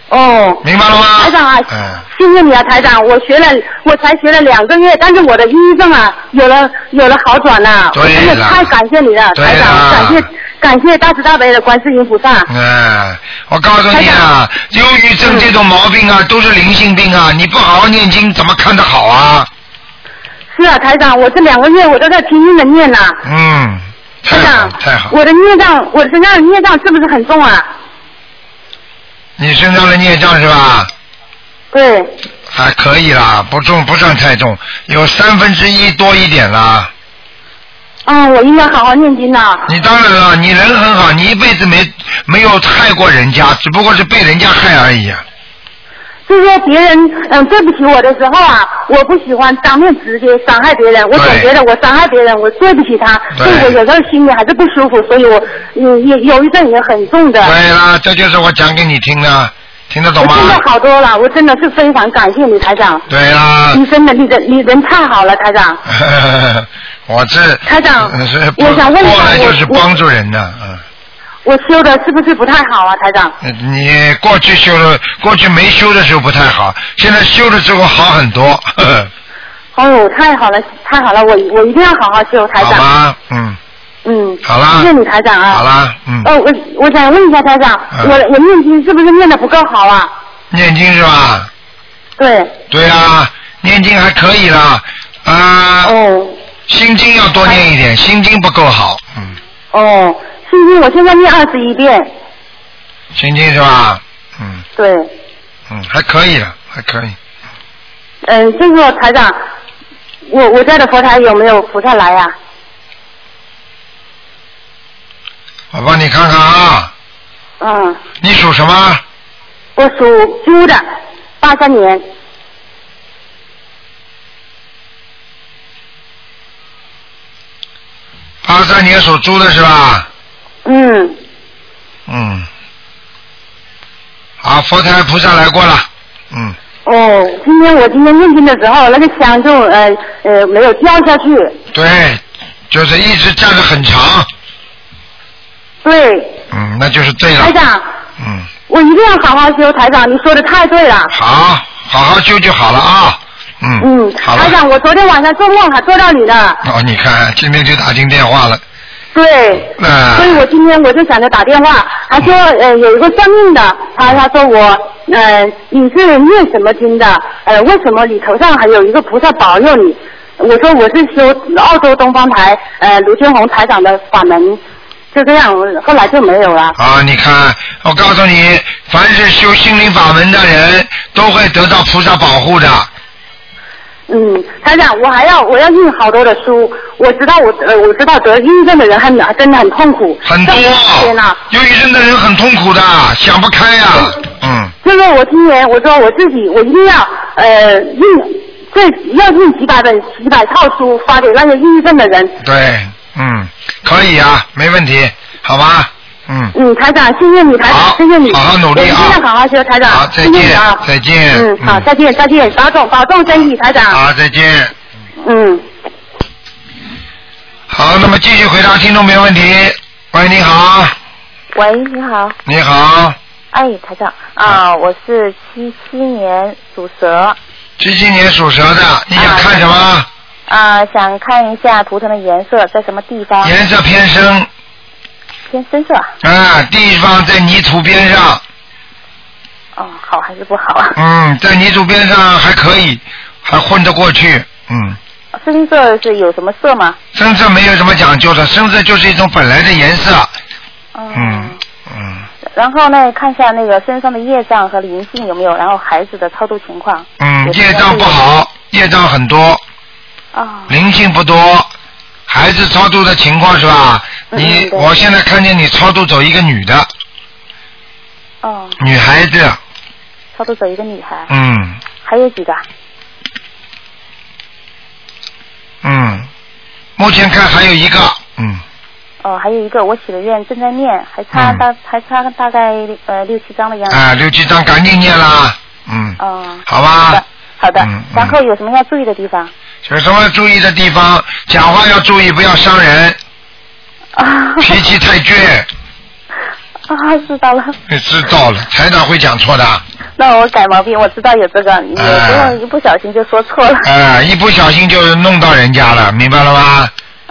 [SPEAKER 5] 哦，
[SPEAKER 1] 明白了吗？
[SPEAKER 5] 台长啊，
[SPEAKER 1] 嗯，
[SPEAKER 5] 谢谢你啊，台长，我学了，我才学了两个月，但是我的抑郁症啊，有了有了好转了，
[SPEAKER 1] 对
[SPEAKER 5] 我
[SPEAKER 1] 了
[SPEAKER 5] 真的太感谢你了，
[SPEAKER 1] 对
[SPEAKER 5] 台
[SPEAKER 1] 了
[SPEAKER 5] 长，感谢感谢大慈大悲的观世音菩萨。
[SPEAKER 1] 哎，我告诉你啊，忧郁症这种毛病啊，都是灵性病啊，你不好好念经，怎么看得好啊？
[SPEAKER 5] 是啊，台长，我这两个月我都在拼命的念呐、
[SPEAKER 1] 嗯，太
[SPEAKER 5] 台
[SPEAKER 1] 好
[SPEAKER 5] 长
[SPEAKER 1] 了，太好，了，
[SPEAKER 5] 我的孽障，我身上的孽障是不是很重啊？
[SPEAKER 1] 你身上的孽障是吧？
[SPEAKER 5] 对，
[SPEAKER 1] 还可以啦，不重不算太重，有三分之一多一点啦。
[SPEAKER 5] 嗯，我应该好好念经啊呐、
[SPEAKER 1] 你当然了，你人很好，你一辈子没没有害过人家，只不过是被人家害而已啊。
[SPEAKER 5] 就是说别人嗯对不起我的时候啊，我不喜欢当面直接伤害别人，我总
[SPEAKER 1] 对
[SPEAKER 5] 觉得我伤害别人，我对不起他，
[SPEAKER 1] 对
[SPEAKER 5] 所以我有时候心里还是不舒服，所以我嗯也忧郁症也很重的。
[SPEAKER 1] 对啦，这就是我讲给你听的，听得
[SPEAKER 5] 我
[SPEAKER 1] 懂吗？
[SPEAKER 5] 现在好多了，我真的是非常感谢你台长，
[SPEAKER 1] 对啦，
[SPEAKER 5] 你真的你人你人太好了台长。
[SPEAKER 1] 我这
[SPEAKER 5] 嗯台长
[SPEAKER 1] 是
[SPEAKER 5] 我想问一下
[SPEAKER 1] 过来就是
[SPEAKER 5] 我我
[SPEAKER 1] 帮助人的，嗯。
[SPEAKER 5] 我修的是不是不太好啊台长？
[SPEAKER 1] 你过去修的，过去没修的时候不太好，现在修了之后好很多， 呵呵
[SPEAKER 5] 哦，太好了太好了，我我一定要好好修台
[SPEAKER 1] 好
[SPEAKER 5] 长。
[SPEAKER 1] 吗？嗯，
[SPEAKER 5] 嗯，
[SPEAKER 1] 好啦
[SPEAKER 5] 谢谢你台长啊。
[SPEAKER 1] 好。啦，嗯，
[SPEAKER 5] 哦，我我想问一下台长，
[SPEAKER 1] 嗯
[SPEAKER 5] 我我念经是不是念的不够好啊？
[SPEAKER 1] 念经是吧？
[SPEAKER 5] 对，
[SPEAKER 1] 对啊，念经还可以啦，啊、
[SPEAKER 5] 哦
[SPEAKER 1] 心经要多念一点，心经不够好，嗯，
[SPEAKER 5] 哦，心经我现在念二十一遍，
[SPEAKER 1] 心经是吧？嗯
[SPEAKER 5] 对，
[SPEAKER 1] 嗯，还可以了，还可以。
[SPEAKER 5] 嗯、这个台长，我我家的佛台有没有菩萨来呀、
[SPEAKER 1] 我帮你看看啊，
[SPEAKER 5] 嗯，
[SPEAKER 1] 你属什么？
[SPEAKER 5] 我属猪的，八三年，
[SPEAKER 1] 八三年属猪的是吧？
[SPEAKER 5] 嗯，
[SPEAKER 1] 嗯。好，佛台菩萨来过了，嗯，
[SPEAKER 5] 哦，今天我今天念经的时候，那个香就呃呃没有掉下去，
[SPEAKER 1] 对，就是一直站着很长，
[SPEAKER 5] 对，
[SPEAKER 1] 嗯，那就是对
[SPEAKER 5] 台
[SPEAKER 1] 了，
[SPEAKER 5] 长，
[SPEAKER 1] 嗯，
[SPEAKER 5] 我一定要好好修，台长，你说的太对了。
[SPEAKER 1] 好，好好修就好了啊，嗯，
[SPEAKER 5] 嗯，
[SPEAKER 1] 好
[SPEAKER 5] 台
[SPEAKER 1] 了。
[SPEAKER 5] 长，我昨天晚上做梦还做到你呢，
[SPEAKER 1] 哦，你看，今天就打进电话了，
[SPEAKER 5] 对，
[SPEAKER 1] 那、
[SPEAKER 5] 所以我今天我就想着打电话，还说呃有一个算命的，他他说我呃你是念什么经的？呃为什么你头上还有一个菩萨保佑你？我说我是修澳洲东方台呃卢军红台长的法门，就这样，我后来就没有了。
[SPEAKER 1] 啊，你看，我告诉你，凡是修心灵法门的人，都会得到菩萨保护的。
[SPEAKER 5] 嗯，台长，我还要我要印好多的书，我知道我呃我知道得抑郁症的人很还真的很痛苦，
[SPEAKER 1] 很多
[SPEAKER 5] 天呐，，
[SPEAKER 1] 忧郁症的人很痛苦的，想不开呀、嗯，
[SPEAKER 5] 就是我今年我说我自己我一定要呃印这要印几百本几百套书发给那些抑郁症的人。
[SPEAKER 1] 对，嗯，可以啊，没问题，好吧，嗯，
[SPEAKER 5] 嗯，台长，谢谢你，台
[SPEAKER 1] 好
[SPEAKER 5] 长，谢谢你，
[SPEAKER 1] 好好努力啊
[SPEAKER 5] 我一定要好好学，台长，
[SPEAKER 1] 好再见
[SPEAKER 5] 谢谢你啊，
[SPEAKER 1] 再见
[SPEAKER 5] 嗯，好，
[SPEAKER 1] 嗯
[SPEAKER 5] 再见，再见，保重，保重身体，台长，
[SPEAKER 1] 好，再见。
[SPEAKER 5] 嗯。
[SPEAKER 1] 好，那么继续回答听众没问题。喂，你好，
[SPEAKER 6] 喂，你好，
[SPEAKER 1] 你好，
[SPEAKER 6] 哎，台长
[SPEAKER 1] 嗯
[SPEAKER 6] 啊，我是七七年属蛇
[SPEAKER 1] 七七年属蛇的，你想看什么？
[SPEAKER 6] 啊，想看一下图腾的颜色在什么地方？
[SPEAKER 1] 颜色偏深，
[SPEAKER 6] 偏深色啊？
[SPEAKER 1] 啊，地方在泥土边上，
[SPEAKER 6] 哦，好还是不好啊？
[SPEAKER 1] 嗯，在泥土边上还可以，还混得过去，嗯。
[SPEAKER 6] 深色是有什么色吗？
[SPEAKER 1] 深色没有什么讲究的，深色就是一种本来的颜色。嗯嗯
[SPEAKER 6] 然后呢，看一下那个身上的业障和灵性有没有，然后孩子的超度情况。
[SPEAKER 1] 嗯，
[SPEAKER 6] 有什么
[SPEAKER 1] 业障不好，业障很多，
[SPEAKER 6] 啊、
[SPEAKER 1] 灵性不多，孩子超度的情况是吧？
[SPEAKER 6] 嗯
[SPEAKER 1] 你
[SPEAKER 6] 嗯对
[SPEAKER 1] 我现在看见你超度走一个女的，
[SPEAKER 6] 哦，
[SPEAKER 1] 女孩子，
[SPEAKER 6] 超度走一个女孩，
[SPEAKER 1] 嗯
[SPEAKER 6] 还有几个啊？
[SPEAKER 1] 嗯，目前看还有一个，嗯
[SPEAKER 6] 哦，还有一个我许的愿正在念，还差
[SPEAKER 1] 嗯
[SPEAKER 6] 大、还差大概呃六七张的样子。
[SPEAKER 1] 啊，六七张赶紧念啦，嗯，
[SPEAKER 6] 哦，
[SPEAKER 1] 好
[SPEAKER 6] 好
[SPEAKER 1] 吧
[SPEAKER 6] 的，，好的
[SPEAKER 1] 嗯嗯。
[SPEAKER 6] 然后有什么要注意的地方？
[SPEAKER 1] 有什么注意的地方？讲话要注意，不要 伤人，
[SPEAKER 6] 啊
[SPEAKER 1] 脾 气太倔，
[SPEAKER 6] 啊，知道了。
[SPEAKER 1] 你知道了，台长会讲错的。
[SPEAKER 6] 那我改毛病，我知道有这个，也不
[SPEAKER 1] 哎
[SPEAKER 6] 用一不小心就说错了。
[SPEAKER 1] 哎、一不小心就弄到人家了，明白了吗？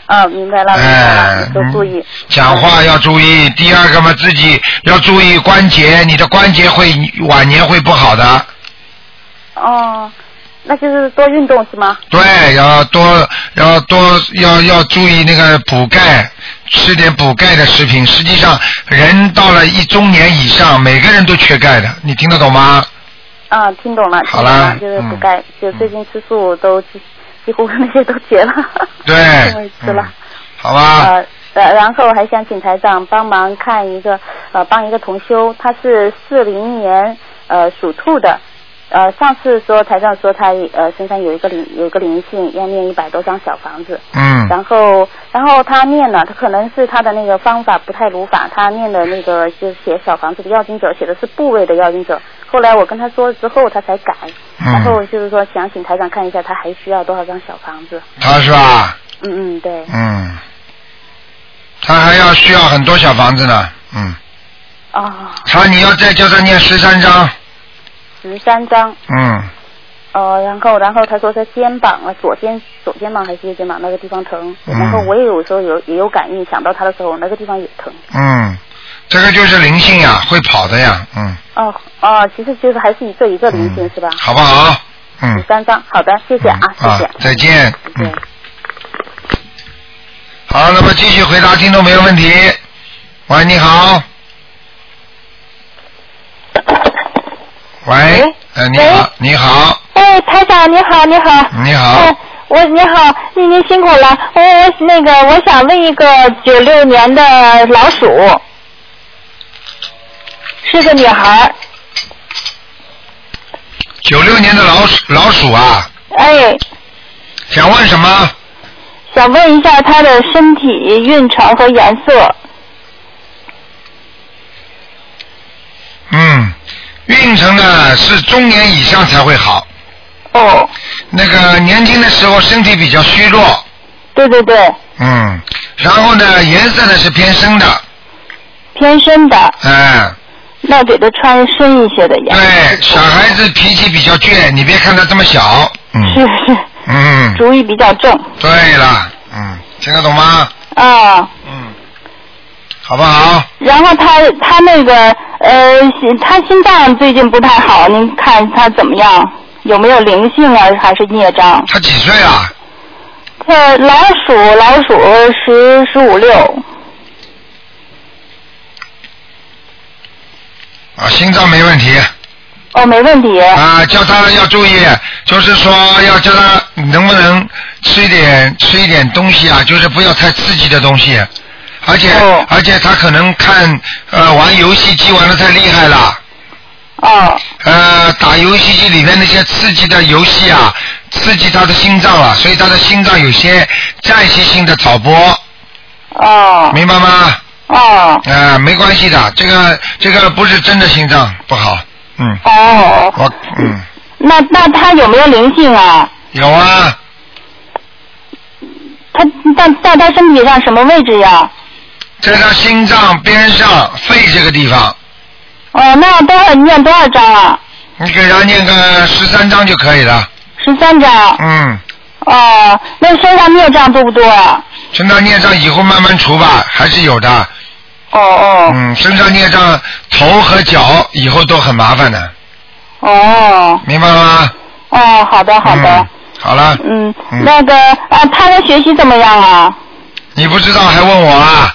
[SPEAKER 6] 啊，明白了，明白
[SPEAKER 1] 哎、
[SPEAKER 6] 了，多注意。
[SPEAKER 1] 讲话要注意。第二个嘛，自己要注意关节，你的关节会晚年会不好的。
[SPEAKER 6] 哦，那就是多运动是吗？
[SPEAKER 1] 对，要多要多要要注意那个补钙，吃点补钙的食品。实际上，人到了一中年以上，每个人都缺钙的，你听得懂吗？
[SPEAKER 6] 啊，听懂了，
[SPEAKER 1] 好
[SPEAKER 6] 听懂
[SPEAKER 1] 啦
[SPEAKER 6] 了，就是补
[SPEAKER 1] 嗯
[SPEAKER 6] 钙，就最近吃素都几几乎 那些都绝了，
[SPEAKER 1] 对
[SPEAKER 6] 都没，吃了
[SPEAKER 1] 嗯。好吧，
[SPEAKER 6] 呃，呃然后还想请台长帮忙看一个，呃，帮一个同修，他是四零年呃属兔的，呃，上次说台上说他呃身上有一个灵有一个灵性，要念一百多张小房子，
[SPEAKER 1] 嗯，
[SPEAKER 6] 然后然后他念了，他可能是他的那个方法不太如法，他念的那个就是写小房子的要经者写的是部位的要经者，后来我跟他说之后他才改，然后
[SPEAKER 1] 嗯，
[SPEAKER 6] 就是说想请台长看一下他还需要多少张小房子，
[SPEAKER 1] 他是吧？
[SPEAKER 6] 嗯嗯对，
[SPEAKER 1] 嗯，他还要需要很多小房子呢，嗯，
[SPEAKER 6] 啊、
[SPEAKER 1] 他你要再叫他念十三章，
[SPEAKER 6] 十三张。
[SPEAKER 1] 嗯，
[SPEAKER 6] 呃，然后然后他说他肩膀啊，左肩左肩膀还是右肩膀那个地方疼，
[SPEAKER 1] 嗯
[SPEAKER 6] 然后我也有时候有也有感应，想到他的时候那个地方也疼。
[SPEAKER 1] 嗯，这个就是灵性呀，会跑的呀，嗯，
[SPEAKER 6] 哦哦，其实就是还是一个一个灵性、
[SPEAKER 1] 嗯
[SPEAKER 6] 是吧？
[SPEAKER 1] 好不好？嗯
[SPEAKER 6] 三张，好的，谢谢啊，谢
[SPEAKER 1] 啊
[SPEAKER 6] 谢。，
[SPEAKER 1] 再见。
[SPEAKER 6] 对
[SPEAKER 1] 嗯。好，那么继续回答听众朋友问题。喂，你好。喂
[SPEAKER 7] 喂，
[SPEAKER 1] 呃，你好，你好，
[SPEAKER 7] 哎，台长你好，你好。
[SPEAKER 1] 你嗯好
[SPEAKER 7] 哎，，我你好，您您辛苦了。我我那个我想问一个九六年的老鼠，是个女孩儿。
[SPEAKER 1] 九六年的老鼠老鼠啊，
[SPEAKER 7] 哎，
[SPEAKER 1] 想问什么？
[SPEAKER 7] 想问一下她的身体运程和颜色。
[SPEAKER 1] 嗯，运程呢是中年以上才会好，
[SPEAKER 7] 哦，
[SPEAKER 1] 那个年轻的时候身体比较虚弱，
[SPEAKER 7] 对对对，
[SPEAKER 1] 嗯，然后呢颜色呢是偏深的，
[SPEAKER 7] 偏深的，
[SPEAKER 1] 哎、
[SPEAKER 7] 那给她穿深一些的颜色。
[SPEAKER 1] 对，小孩子脾气比较倔，你别看他这么小，嗯，
[SPEAKER 7] 是是，
[SPEAKER 1] 嗯，
[SPEAKER 7] 主意比较正
[SPEAKER 1] 对了，嗯，听得懂吗？
[SPEAKER 7] 啊。
[SPEAKER 1] 嗯，好不好？
[SPEAKER 7] 然后他他那个呃，心他心脏最近不太好，您看他怎么样？有没有灵性啊？还是孽障？
[SPEAKER 1] 他几岁啊了？
[SPEAKER 7] 呃，老鼠老鼠十十五六，
[SPEAKER 1] 啊，心脏没问题
[SPEAKER 7] 哦，没问题。
[SPEAKER 1] 啊，叫他要注意，就是说要叫他能不能吃一点吃一点东西啊，就是不要太刺激的东西，而且、
[SPEAKER 7] 哦
[SPEAKER 1] 而且他可能看呃玩游戏机玩的太厉害了。
[SPEAKER 7] 哦
[SPEAKER 1] 呃，打游戏机里面那些刺激的游戏啊，刺激他的心脏了、所以他的心脏有些暂时性的早搏，
[SPEAKER 7] 哦
[SPEAKER 1] 明白吗？
[SPEAKER 7] 哦
[SPEAKER 1] 啊、没关系的，这个这个不是真的心脏不好，嗯，
[SPEAKER 7] 哦，
[SPEAKER 1] 我嗯
[SPEAKER 7] 那那他有没有灵性啊？
[SPEAKER 1] 有啊，
[SPEAKER 7] 他在在他身体上什么位置呀？
[SPEAKER 1] 在他心脏边上肺这个地方，
[SPEAKER 7] 哦，那要多少念多少章啊？
[SPEAKER 1] 你给他念个十三章就可以了，
[SPEAKER 7] 十三章。
[SPEAKER 1] 嗯，
[SPEAKER 7] 哦，那身上孽障多不多啊？
[SPEAKER 1] 身上孽障以后慢慢除吧，还是有的，
[SPEAKER 7] 哦哦
[SPEAKER 1] 嗯，身上孽障头和脚以后都很麻烦的，
[SPEAKER 7] 哦
[SPEAKER 1] 明白了吗？
[SPEAKER 7] 哦，好的好的。
[SPEAKER 1] 嗯、好了，
[SPEAKER 7] 嗯
[SPEAKER 1] 嗯，
[SPEAKER 7] 那个啊，他的学习怎么样啊？
[SPEAKER 1] 你不知道还问我啊？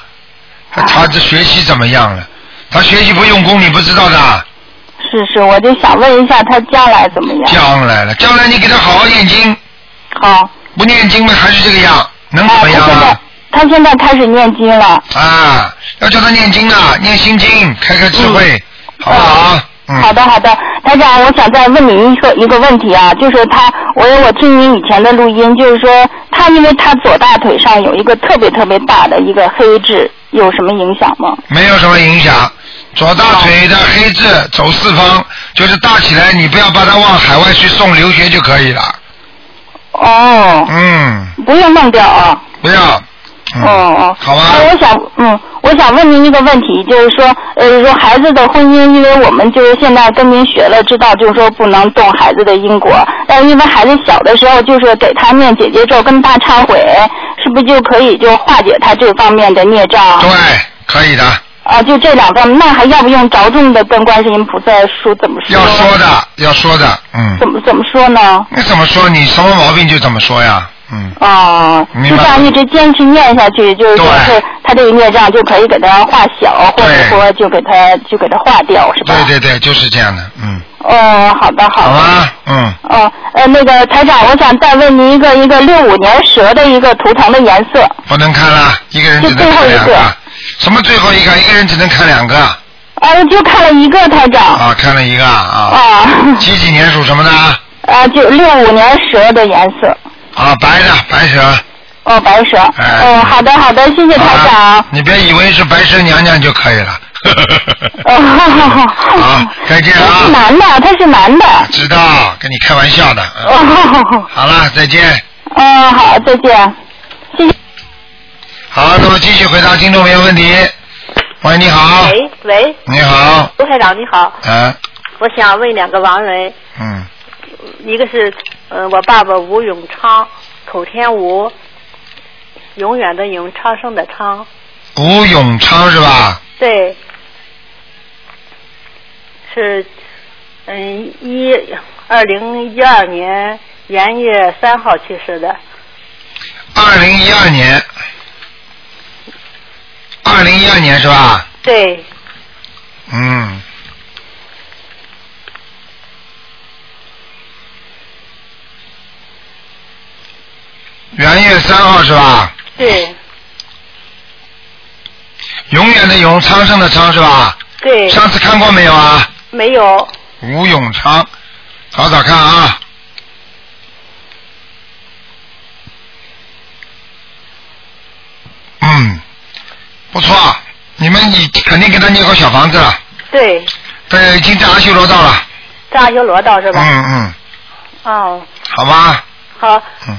[SPEAKER 1] 他这学习怎么样了？他学习不用功，你不知道的。
[SPEAKER 7] 是是，我就想问一下他将来怎么样？
[SPEAKER 1] 将来了，将来你给他好好念经，
[SPEAKER 7] 好，
[SPEAKER 1] 不念经嘛还是这个样，能怎么样
[SPEAKER 7] 啊
[SPEAKER 1] 啊？
[SPEAKER 7] 他现在他现在开始念经了。
[SPEAKER 1] 啊，要叫他念经啊，念心经，开开智慧，好不好？嗯，
[SPEAKER 7] 啊好的，好的，台长，我想再问您一个一个问题啊，就是他，我我听您以前的录音，就是说他因为他左大腿上有一个特别特别大的一个黑痣，有什么影响吗？
[SPEAKER 1] 没有什么影响。左大腿的黑痣走四方，就是大起来，你不要把它往海外去送留学就可以了。
[SPEAKER 7] 哦，
[SPEAKER 1] 嗯，
[SPEAKER 7] 不用弄掉啊。
[SPEAKER 1] 不要。嗯、
[SPEAKER 7] 哦哦，
[SPEAKER 1] 好吧。
[SPEAKER 7] 哎我想，嗯，我想问您一个问题，就是说，呃，说孩子的婚姻，因为我们就是现在跟您学了，知道就是说不能动孩子的因果，但因为孩子小的时候，就是给他念姐姐咒跟大忏悔，是不是就可以就化解他这方面的孽障？
[SPEAKER 1] 对，可以的。
[SPEAKER 7] 啊，就这两方面，那还要不用着重的跟观世音菩萨说怎么说？
[SPEAKER 1] 要说的，要说的，嗯。
[SPEAKER 7] 怎么怎么说呢？
[SPEAKER 1] 你怎么说？你什么毛病就怎么说呀，嗯。
[SPEAKER 7] 哦，
[SPEAKER 1] 明
[SPEAKER 7] 就
[SPEAKER 1] 白
[SPEAKER 7] 这样一直坚持念下去，就是说
[SPEAKER 1] 对
[SPEAKER 7] 是他这个孽障就可以给他化小，或者
[SPEAKER 1] 对
[SPEAKER 7] 说就给他就给他化掉，是吧？
[SPEAKER 1] 对对对，就是这样的，嗯，
[SPEAKER 7] 哦，好的好
[SPEAKER 1] 好
[SPEAKER 7] 的。
[SPEAKER 1] 吧，嗯，
[SPEAKER 7] 哦，呃，那个台长，我想再问您一个一个六五年蛇的一个图腾的颜色。
[SPEAKER 1] 不能看了，一个人只能看两
[SPEAKER 7] 就最后一
[SPEAKER 1] 个。什么最后一个？一个人只能看两个
[SPEAKER 7] 啊，我就看了一个台长。
[SPEAKER 1] 啊，看了一个啊。
[SPEAKER 7] 啊，
[SPEAKER 1] 几几年属什么的？
[SPEAKER 7] 啊，就六五年蛇的颜色。
[SPEAKER 1] 啊，白的白蛇。
[SPEAKER 7] 哦，白蛇。
[SPEAKER 1] 哎
[SPEAKER 7] 哦，好的好的，谢谢台
[SPEAKER 1] 啊
[SPEAKER 7] 长。，
[SPEAKER 1] 你别以为是白蛇娘娘就可以了。
[SPEAKER 7] 哦，嗯好好 好。
[SPEAKER 1] 好，再见
[SPEAKER 7] 他是
[SPEAKER 1] 啊！
[SPEAKER 7] 男的，他是男的。
[SPEAKER 1] 知道，跟你开玩笑的。
[SPEAKER 7] 哦，
[SPEAKER 1] 嗯
[SPEAKER 7] 好好好。
[SPEAKER 1] 好了，再见。
[SPEAKER 7] 嗯，好，再见。
[SPEAKER 1] 好，那么继续回答听众朋友问题。喂，你好，
[SPEAKER 8] 喂喂，
[SPEAKER 1] 你好，
[SPEAKER 8] 卢台长你好，
[SPEAKER 1] 啊，
[SPEAKER 8] 我想问两个亡人，
[SPEAKER 1] 嗯，
[SPEAKER 8] 一个是嗯、呃我爸爸吴永昌，口天吴，永远的永，昌盛的昌，
[SPEAKER 1] 吴永昌是吧？
[SPEAKER 8] 对，是嗯一
[SPEAKER 3] 呃二零一二年元月三号去世的。
[SPEAKER 1] 二零一二年，二零一二年是吧？
[SPEAKER 3] 对，
[SPEAKER 1] 嗯。元月三号是吧？
[SPEAKER 3] 对，
[SPEAKER 1] 永远的永，昌盛的昌是吧？
[SPEAKER 3] 对。
[SPEAKER 1] 上次看过没有啊？
[SPEAKER 3] 没有，
[SPEAKER 1] 吴永昌，找找看啊。嗯，不错，你们你肯定给他念过小房子了，
[SPEAKER 3] 对，
[SPEAKER 1] 对，已经在阿修罗道了。
[SPEAKER 3] 在阿修罗道是吧？
[SPEAKER 1] 嗯嗯，
[SPEAKER 3] 哦，
[SPEAKER 1] 好吧，
[SPEAKER 3] 好。
[SPEAKER 1] 嗯。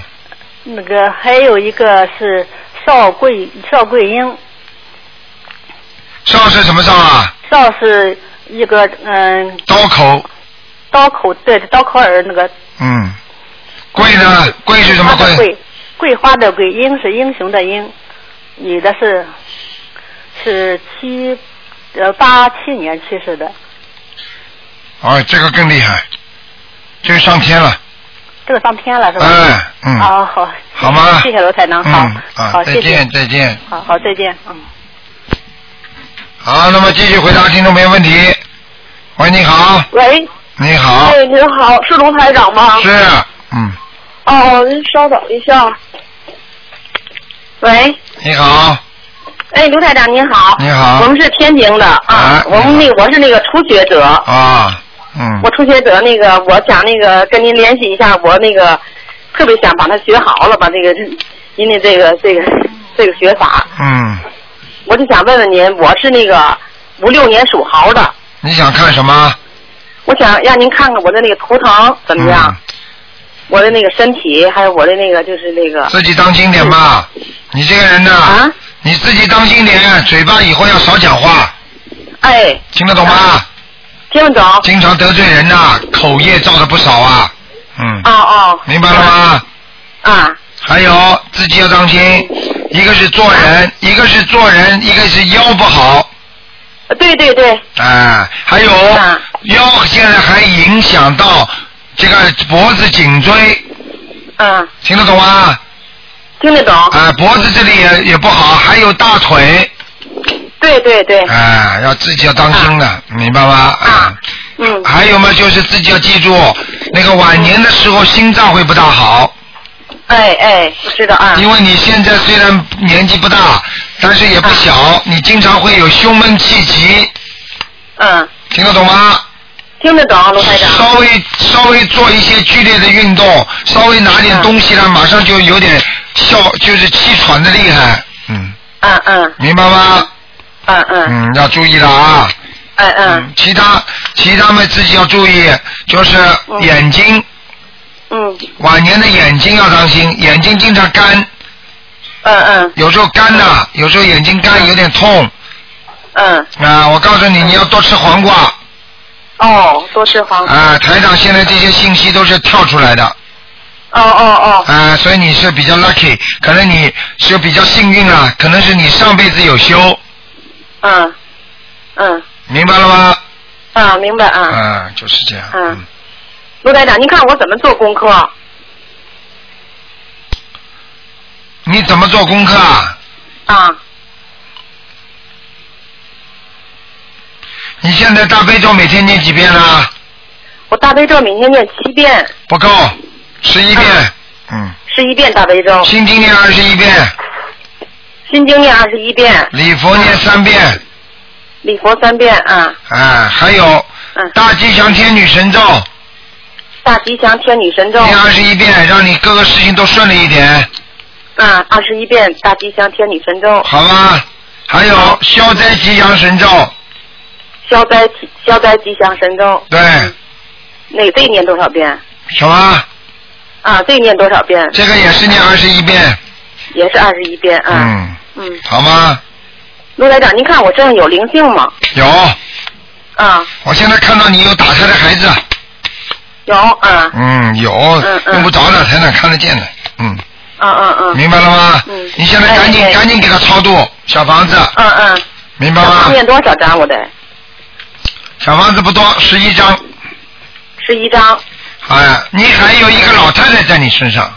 [SPEAKER 3] 那个还有一个是邵桂邵桂英，
[SPEAKER 1] 少是什么少啊？
[SPEAKER 3] 邵是一个嗯
[SPEAKER 1] 刀口，
[SPEAKER 3] 刀口对刀口儿那个
[SPEAKER 1] 嗯，贵呢？贵是什么
[SPEAKER 3] 花的
[SPEAKER 1] 贵？
[SPEAKER 3] 桂，桂花的桂，英是英雄的英，女的是是七呃八七年去世的，
[SPEAKER 1] 哦，这个更厉害，这个上天了，
[SPEAKER 3] 这个上天了是吧？
[SPEAKER 1] 哎，嗯，
[SPEAKER 3] 啊好，
[SPEAKER 1] 好吗
[SPEAKER 3] 谢谢罗台长，好，
[SPEAKER 1] 嗯，啊，
[SPEAKER 3] 好
[SPEAKER 1] 再
[SPEAKER 3] 谢谢
[SPEAKER 1] 见，再见。
[SPEAKER 3] 好好再见，嗯。
[SPEAKER 1] 好，那么继续回答听众朋友问题。喂，你好，
[SPEAKER 7] 喂，
[SPEAKER 1] 你好，
[SPEAKER 7] 哎，您好，是卢台长吗？
[SPEAKER 1] 是，嗯，
[SPEAKER 7] 哦，您稍等一下。喂，
[SPEAKER 1] 你好，
[SPEAKER 7] 哎，卢台长您好。
[SPEAKER 1] 你好
[SPEAKER 7] 我们是天津的
[SPEAKER 1] 啊
[SPEAKER 7] 啊，我们那我是那个初学者，
[SPEAKER 1] 啊，嗯
[SPEAKER 7] 我，初学者那个我想那个跟您联系一下，我那个特别想把它学好了，把这个您的这个这个这个学法，
[SPEAKER 1] 嗯，
[SPEAKER 7] 我就想问问您，我是那个五六年属猴的，
[SPEAKER 1] 你想看什么？
[SPEAKER 7] 我想让您看看我的那个图腾怎么
[SPEAKER 1] 嗯
[SPEAKER 7] 样，我的那个身体，还有我的那个就是那个
[SPEAKER 1] 嗯？自己当心点吧，你这个人呢
[SPEAKER 7] 啊，
[SPEAKER 1] 你自己当心点，嘴巴以后要少讲话，
[SPEAKER 7] 哎，
[SPEAKER 1] 听得懂吗？
[SPEAKER 7] 听得懂？
[SPEAKER 1] 经常得罪人呐、口业造的不少啊，嗯，
[SPEAKER 7] 哦哦。
[SPEAKER 1] 明白了吗？
[SPEAKER 7] 啊，
[SPEAKER 1] 还有自己要当心，一个是做
[SPEAKER 7] 啊
[SPEAKER 1] 人，一个是做人，一个是腰不好，
[SPEAKER 7] 对对对，
[SPEAKER 1] 啊，还有
[SPEAKER 7] 啊
[SPEAKER 1] 腰现在还影响到这个脖子颈椎，
[SPEAKER 7] 嗯，
[SPEAKER 1] 听得懂吗？
[SPEAKER 7] 听得懂？
[SPEAKER 1] 啊，脖子这里也也不好，还有大腿，
[SPEAKER 7] 对对对，
[SPEAKER 1] 啊，要自己要当心的，明白吗？啊，
[SPEAKER 7] 嗯，
[SPEAKER 1] 还有嘛，就是自己要记住，那个晚年的时候心脏会不大好，
[SPEAKER 7] 哎哎，我知道啊，
[SPEAKER 1] 因为你现在虽然年纪不大，但是也不小，你经常会有胸闷气急，
[SPEAKER 7] 嗯，
[SPEAKER 1] 听得懂吗？
[SPEAKER 7] 听得懂，卢台
[SPEAKER 1] 稍
[SPEAKER 7] 长。
[SPEAKER 1] 微稍微做一些剧烈的运动，稍微拿点东西呢，马上就有点笑，就是气喘的厉害，嗯，
[SPEAKER 7] 嗯
[SPEAKER 3] 啊
[SPEAKER 7] 嗯
[SPEAKER 1] 明白吗？
[SPEAKER 7] 嗯嗯
[SPEAKER 1] 嗯，要注意了啊。
[SPEAKER 7] 嗯嗯，
[SPEAKER 1] 其他其他们自己要注意，就是眼睛，
[SPEAKER 7] 嗯
[SPEAKER 1] 晚年的眼睛要当心，眼睛经常干，
[SPEAKER 7] 嗯嗯
[SPEAKER 1] 有时候干呐、有时候眼睛干有点痛啊、
[SPEAKER 7] 嗯，
[SPEAKER 1] 我告诉你，你要多吃黄瓜啊、
[SPEAKER 7] 哦，多吃黄瓜。
[SPEAKER 1] 台长现在这些信息都是跳出来的啊、
[SPEAKER 7] 哦哦哦，
[SPEAKER 1] 所以你是比较 lucky，可能你是比较幸运啊，可能是你上辈子有修，
[SPEAKER 7] 嗯嗯
[SPEAKER 1] 明白了吗？
[SPEAKER 7] 嗯，明白
[SPEAKER 1] 嗯、
[SPEAKER 7] 啊。
[SPEAKER 1] 就是这样。
[SPEAKER 7] 嗯卢台长，您看我怎么做功课？
[SPEAKER 1] 你怎么做功课啊？
[SPEAKER 7] 啊，
[SPEAKER 1] 你现在大悲咒每天念几遍呢？
[SPEAKER 7] 我大悲咒每天念七遍，
[SPEAKER 1] 不够，十一
[SPEAKER 7] 啊
[SPEAKER 1] 遍。嗯，
[SPEAKER 7] 十一遍大悲咒，
[SPEAKER 1] 心经念二十一遍，
[SPEAKER 7] 心经念二十一遍，
[SPEAKER 1] 礼佛念
[SPEAKER 7] 啊
[SPEAKER 1] 三遍，
[SPEAKER 7] 礼佛三遍啊，
[SPEAKER 1] 啊，还有
[SPEAKER 7] 嗯，
[SPEAKER 1] 大吉祥天女神咒
[SPEAKER 7] 大吉祥天女神咒。
[SPEAKER 1] 念二十一遍，让你各个事情都顺利一点，
[SPEAKER 7] 啊，二十一遍大吉祥天女神咒，
[SPEAKER 1] 好吗？还有消灾吉祥神咒，
[SPEAKER 7] 消灾吉消灾吉祥神咒，
[SPEAKER 1] 对，
[SPEAKER 7] 那这念多少遍？
[SPEAKER 1] 什么？
[SPEAKER 7] 啊，这念多少遍？
[SPEAKER 1] 这个也是念二十一遍，
[SPEAKER 7] 也是二十一遍啊。
[SPEAKER 1] 嗯，
[SPEAKER 7] 嗯
[SPEAKER 1] 好吗？
[SPEAKER 7] 陆台长，您看我身上有灵性吗？
[SPEAKER 1] 有，
[SPEAKER 7] 啊，
[SPEAKER 1] 我现在看到你有打胎的孩子，啊
[SPEAKER 7] 有，啊，
[SPEAKER 1] 嗯，有，
[SPEAKER 7] 嗯嗯
[SPEAKER 1] 用不着的，台长看得见的，嗯，
[SPEAKER 7] 嗯嗯嗯，
[SPEAKER 1] 明白了吗？
[SPEAKER 7] 嗯
[SPEAKER 1] 你现在赶紧
[SPEAKER 7] 哎哎
[SPEAKER 1] 赶紧给他超度小房子，
[SPEAKER 7] 嗯嗯，
[SPEAKER 1] 明白
[SPEAKER 7] 小
[SPEAKER 1] 吗
[SPEAKER 7] 房？念多少张？我得
[SPEAKER 1] 小房子不多，十一张。
[SPEAKER 7] 十一张。
[SPEAKER 1] 啊，你还有一个老太太在你身上，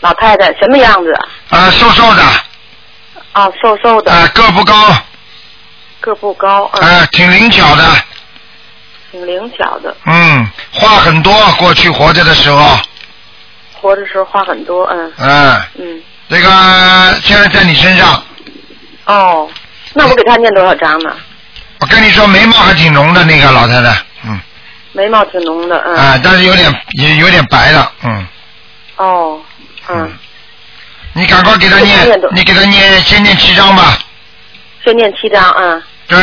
[SPEAKER 9] 老太太什么样子啊？
[SPEAKER 1] 啊，瘦瘦的，
[SPEAKER 9] 啊，瘦瘦的，
[SPEAKER 1] 啊，个不高，
[SPEAKER 9] 个不高，嗯，
[SPEAKER 1] 啊，挺灵巧的，
[SPEAKER 9] 挺灵巧的，
[SPEAKER 1] 嗯，话很多，过去活着的时候，
[SPEAKER 9] 活的时候话很多，嗯
[SPEAKER 1] 嗯，
[SPEAKER 9] 嗯，
[SPEAKER 1] 这个现在在你身上，
[SPEAKER 9] 哦，那我给他念多少章呢？
[SPEAKER 1] 我跟你说，眉毛还挺浓的那个老太太，嗯，
[SPEAKER 9] 眉毛挺浓的，嗯，
[SPEAKER 1] 啊，但是有点也有点白了，嗯，
[SPEAKER 9] 哦，嗯，
[SPEAKER 1] 你赶快给他
[SPEAKER 9] 我
[SPEAKER 1] 念
[SPEAKER 9] 念的，
[SPEAKER 1] 你给他念，先念七章吧，
[SPEAKER 9] 先念七章，嗯
[SPEAKER 1] 对，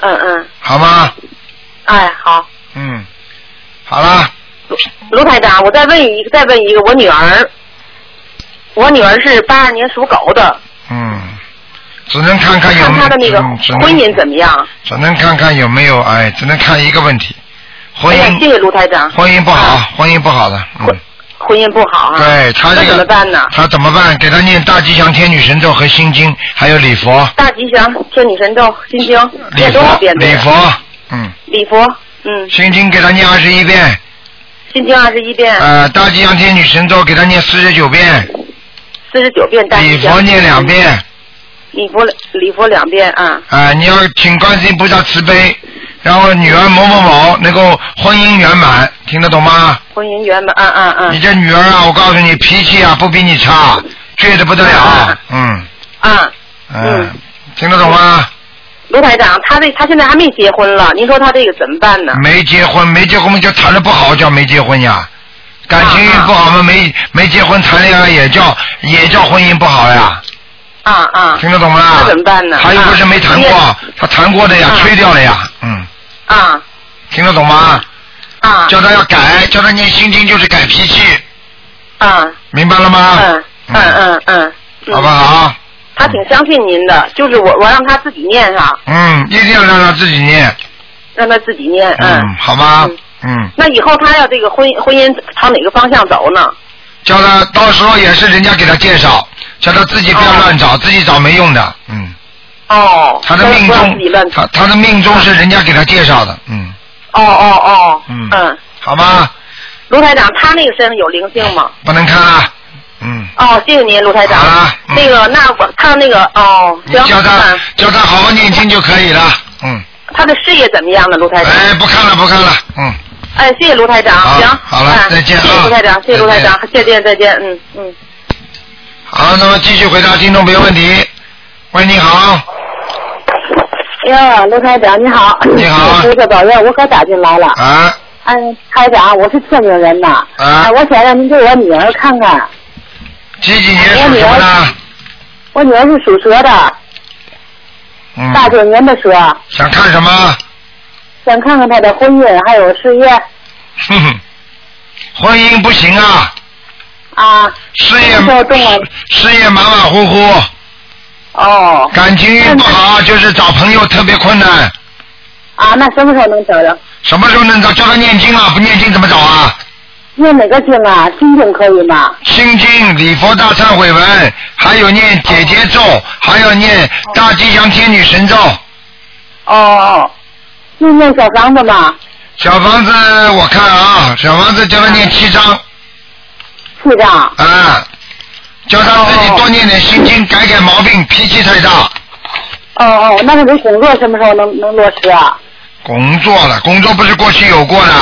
[SPEAKER 9] 嗯嗯，
[SPEAKER 1] 好吗？
[SPEAKER 9] 哎，好，
[SPEAKER 1] 嗯，好了，
[SPEAKER 9] 卢台长，我再问一再问一个，我女儿，我女儿是八二年属狗的，
[SPEAKER 1] 嗯，只能看看有
[SPEAKER 9] 看
[SPEAKER 1] 没
[SPEAKER 9] 她
[SPEAKER 1] 有
[SPEAKER 9] 的那个
[SPEAKER 1] 嗯只能
[SPEAKER 9] 婚姻怎么样？
[SPEAKER 1] 只能看看有没有，哎，只能看一个问题，婚
[SPEAKER 9] 哎呀，谢
[SPEAKER 1] 姻
[SPEAKER 9] 谢卢台长，
[SPEAKER 1] 婚姻不好，婚姻不好的，嗯，
[SPEAKER 9] 婚姻不好啊，
[SPEAKER 1] 对他这
[SPEAKER 9] 那
[SPEAKER 1] 个
[SPEAKER 9] 怎么办呢？
[SPEAKER 1] 他怎么办？给他念大吉祥天女神咒和心经，还有礼佛，
[SPEAKER 9] 大吉祥天女神咒心经
[SPEAKER 1] 礼
[SPEAKER 9] 念多少
[SPEAKER 1] 佛嗯
[SPEAKER 9] 遍，对
[SPEAKER 1] 礼
[SPEAKER 9] 呀？
[SPEAKER 1] 佛，嗯，
[SPEAKER 9] 礼佛，嗯，
[SPEAKER 1] 心经给他念二十一遍，
[SPEAKER 9] 心经二十一遍，
[SPEAKER 1] 呃，大吉祥天女神咒给他念四十九遍，
[SPEAKER 9] 四十九遍大
[SPEAKER 1] 礼
[SPEAKER 9] 吉
[SPEAKER 1] 佛
[SPEAKER 9] 祥，
[SPEAKER 1] 念两遍，
[SPEAKER 9] 礼佛礼佛两遍啊，
[SPEAKER 1] 啊、你要请观世音菩萨慈悲，然后女儿某某某能够婚姻圆满，听得懂吗？
[SPEAKER 9] 婚姻圆满，啊啊啊
[SPEAKER 1] 你这女儿啊，我告诉你，脾气啊不比你差，倔得不得了，嗯
[SPEAKER 9] 啊！
[SPEAKER 1] 嗯，听得懂吗？
[SPEAKER 9] 卢台长，他这他现在还没结婚了，您说他这个怎么办呢？
[SPEAKER 1] 没结婚，没结婚就谈的不好叫没结婚呀，感情不好嘛，没没结婚谈恋爱也叫也叫婚姻不好呀，嗯
[SPEAKER 9] 啊啊
[SPEAKER 1] 听得懂吗
[SPEAKER 9] 那？怎么办呢
[SPEAKER 1] 他又不是没谈过
[SPEAKER 9] 啊，
[SPEAKER 1] 他谈过的呀，
[SPEAKER 9] 啊
[SPEAKER 1] 吹掉了呀，嗯，
[SPEAKER 9] 啊
[SPEAKER 1] 听得懂吗？
[SPEAKER 9] 啊
[SPEAKER 1] 叫他要改，叫他念心经就是改脾气，
[SPEAKER 9] 啊！
[SPEAKER 1] 明白了吗？
[SPEAKER 9] 嗯嗯嗯嗯，嗯
[SPEAKER 1] 好不？好？
[SPEAKER 9] 他挺相信您的，就是我我让他自己念哈，
[SPEAKER 1] 嗯，一定要让他自己念，
[SPEAKER 9] 让他自己念，
[SPEAKER 1] 嗯，好吗？嗯，
[SPEAKER 9] 那以后他要这个婚婚姻朝哪个方向走呢？
[SPEAKER 1] 叫他到时候也是人家给他介绍，叫他自己不要乱找，自己找没用的，嗯，
[SPEAKER 9] 哦，
[SPEAKER 1] 他的
[SPEAKER 9] 那
[SPEAKER 1] 命
[SPEAKER 9] 不让自己乱
[SPEAKER 1] 中，他他的命中是人家给他介绍的，嗯，
[SPEAKER 9] 哦哦哦，
[SPEAKER 1] 嗯
[SPEAKER 9] 嗯，
[SPEAKER 1] 好吗？
[SPEAKER 9] 卢台长，他那个身上有灵性吗？
[SPEAKER 1] 不能看了，嗯，
[SPEAKER 9] 哦，谢谢您，卢台长。
[SPEAKER 1] 好了嗯
[SPEAKER 9] 那个，那我看那个，哦，
[SPEAKER 1] 你
[SPEAKER 9] 行，
[SPEAKER 1] 叫他
[SPEAKER 9] 嗯
[SPEAKER 1] 叫他好好念经就可以了，嗯，
[SPEAKER 9] 他的事业怎么样呢，卢台长？
[SPEAKER 1] 哎，不看了不看了，嗯，
[SPEAKER 9] 哎，谢谢卢台长，
[SPEAKER 1] 好
[SPEAKER 9] 行，
[SPEAKER 1] 好了
[SPEAKER 9] 哎
[SPEAKER 1] 再见啊
[SPEAKER 9] 谢谢卢台长，谢谢卢台长，再见，再见，嗯嗯。
[SPEAKER 1] 好，那么继续回答听众朋友问题。喂，你好，
[SPEAKER 7] 哎呀，卢台长你好，
[SPEAKER 1] 你 好
[SPEAKER 7] 卢科宝院，我可打进来了。
[SPEAKER 1] 啊
[SPEAKER 7] 哎，台长，我是天津人呐。
[SPEAKER 1] 啊
[SPEAKER 7] 哎，我想让您给我女儿看看，
[SPEAKER 1] 几几年属什么的？
[SPEAKER 7] 我女儿是属蛇的，
[SPEAKER 1] 嗯，
[SPEAKER 7] 大九年的蛇，
[SPEAKER 1] 想看什么？
[SPEAKER 7] 想看看她的婚姻还有事业
[SPEAKER 1] 哼哼，婚姻不行啊，
[SPEAKER 7] 啊。
[SPEAKER 1] 事业
[SPEAKER 7] 那就动了
[SPEAKER 1] 事业马马虎虎，
[SPEAKER 7] 哦
[SPEAKER 1] 感情运不好，就是找朋友特别困难。
[SPEAKER 7] 啊，那什么时候能找着？
[SPEAKER 1] 什么时候能找？叫他念经啊，不念经怎么找啊？
[SPEAKER 7] 念哪个经啊？心经可以吗？
[SPEAKER 1] 心经、礼佛大忏悔文，还有念姐姐咒，还要念大吉祥天女神咒。
[SPEAKER 7] 哦哦，念念小房子吗？
[SPEAKER 1] 小房子我看啊，小房子叫他念七章
[SPEAKER 7] 是的。
[SPEAKER 1] 啊，叫他自己多念点心经，改改毛病，脾气太大。
[SPEAKER 7] 哦哦，那他这工作什么时候能能落实啊？
[SPEAKER 1] 工作了，工作不是过去有过的，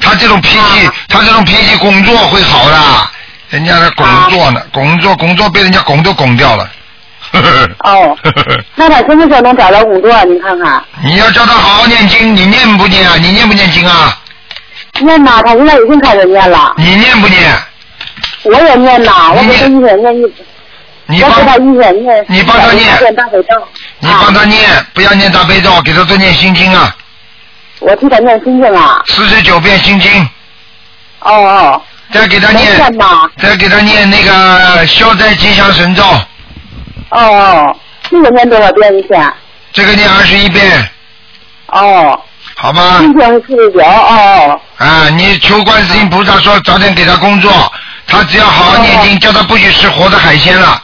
[SPEAKER 1] 他这种脾
[SPEAKER 7] 啊
[SPEAKER 1] 气，他这种脾气工作会好的，人家的工作
[SPEAKER 7] 啊
[SPEAKER 1] 呢，工作工作被人家拱都拱掉了。呵呵
[SPEAKER 7] 哦
[SPEAKER 1] 呵呵
[SPEAKER 7] 那他什么时候能找着工作啊？您看看，
[SPEAKER 1] 你要叫他好好念经，你念不念啊？你念不念经啊？
[SPEAKER 7] 念呐，他现在已经开始念了。
[SPEAKER 1] 你念不念？
[SPEAKER 7] 我也念呐，我给他一天念一，
[SPEAKER 1] 你
[SPEAKER 7] 我给他
[SPEAKER 1] 帮，
[SPEAKER 7] 一天念，
[SPEAKER 1] 你帮他念
[SPEAKER 7] 念大悲咒，
[SPEAKER 1] 你帮
[SPEAKER 5] 啊
[SPEAKER 1] 他念，不要念大悲咒，给他多念心经啊，
[SPEAKER 7] 我替他念心经啊。
[SPEAKER 1] 四十九遍心经，
[SPEAKER 7] 哦哦，
[SPEAKER 1] 再给他
[SPEAKER 7] 能
[SPEAKER 1] 念
[SPEAKER 7] 念，吗？
[SPEAKER 1] 再给他念那个消灾吉祥神咒，
[SPEAKER 7] 哦哦，这个念多少遍一天？
[SPEAKER 1] 这个念二十一遍，
[SPEAKER 7] 哦，
[SPEAKER 1] 好吗？
[SPEAKER 7] 今天是四十九，哦
[SPEAKER 1] 啊，你求观世音菩萨说早点给他工作，他只要好好念
[SPEAKER 7] 哦
[SPEAKER 1] 经，叫他不许吃活的海鲜了。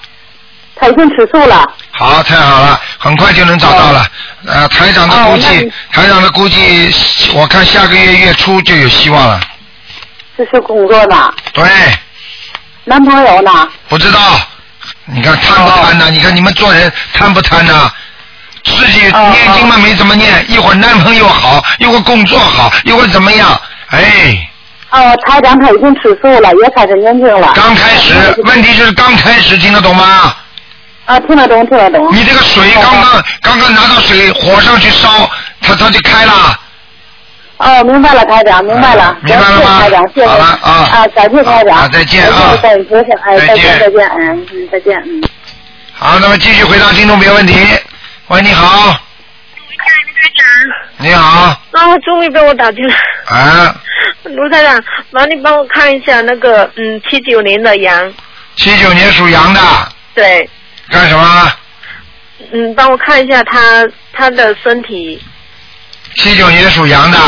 [SPEAKER 7] 他已经吃素了。
[SPEAKER 1] 好，太好了，很快就能找到了。呃，台长的估
[SPEAKER 7] 哦哦那
[SPEAKER 1] 计
[SPEAKER 7] 你，
[SPEAKER 1] 台长的估计，我看下个月月初就有希望了。
[SPEAKER 5] 是是工作呢？
[SPEAKER 1] 对，
[SPEAKER 5] 男朋友呢？
[SPEAKER 1] 不知道。你看贪不
[SPEAKER 7] 哦
[SPEAKER 1] 贪呐、你看你们做人贪不贪呐、自己
[SPEAKER 7] 哦
[SPEAKER 1] 念经嘛没怎么念，一会儿男朋友好，一会儿工作好，一会儿怎么样？哎，
[SPEAKER 5] 哦，台长他已经吃素了，也开始念经
[SPEAKER 7] 啊
[SPEAKER 5] 了。
[SPEAKER 1] 刚开始问题就是刚开始听得懂吗？
[SPEAKER 5] 啊，听得懂，听得懂。
[SPEAKER 1] 你这个水刚刚刚刚拿到水火上去烧，它它就开了。
[SPEAKER 5] 哦，明白了，台长，明白了，
[SPEAKER 1] 啊明白了吗
[SPEAKER 5] 感谢台长，谢谢
[SPEAKER 1] 好了啊
[SPEAKER 5] 啊，感谢台长，
[SPEAKER 1] 啊再见啊
[SPEAKER 5] 再见，再见，哎，
[SPEAKER 1] 再
[SPEAKER 5] 再
[SPEAKER 1] 见
[SPEAKER 5] 见，再见，嗯，嗯再见，嗯。
[SPEAKER 1] 好，那么继续回答听众朋友问题。喂，你好，你好，
[SPEAKER 9] 啊，终于被我打进来，
[SPEAKER 1] 啊，
[SPEAKER 9] 卢台长，麻烦你帮我看一下那个，嗯，七九年的羊，
[SPEAKER 1] 七九年属羊的，
[SPEAKER 9] 对，
[SPEAKER 1] 干什么？
[SPEAKER 9] 嗯，帮我看一下他他的身体，
[SPEAKER 1] 七九年属羊的，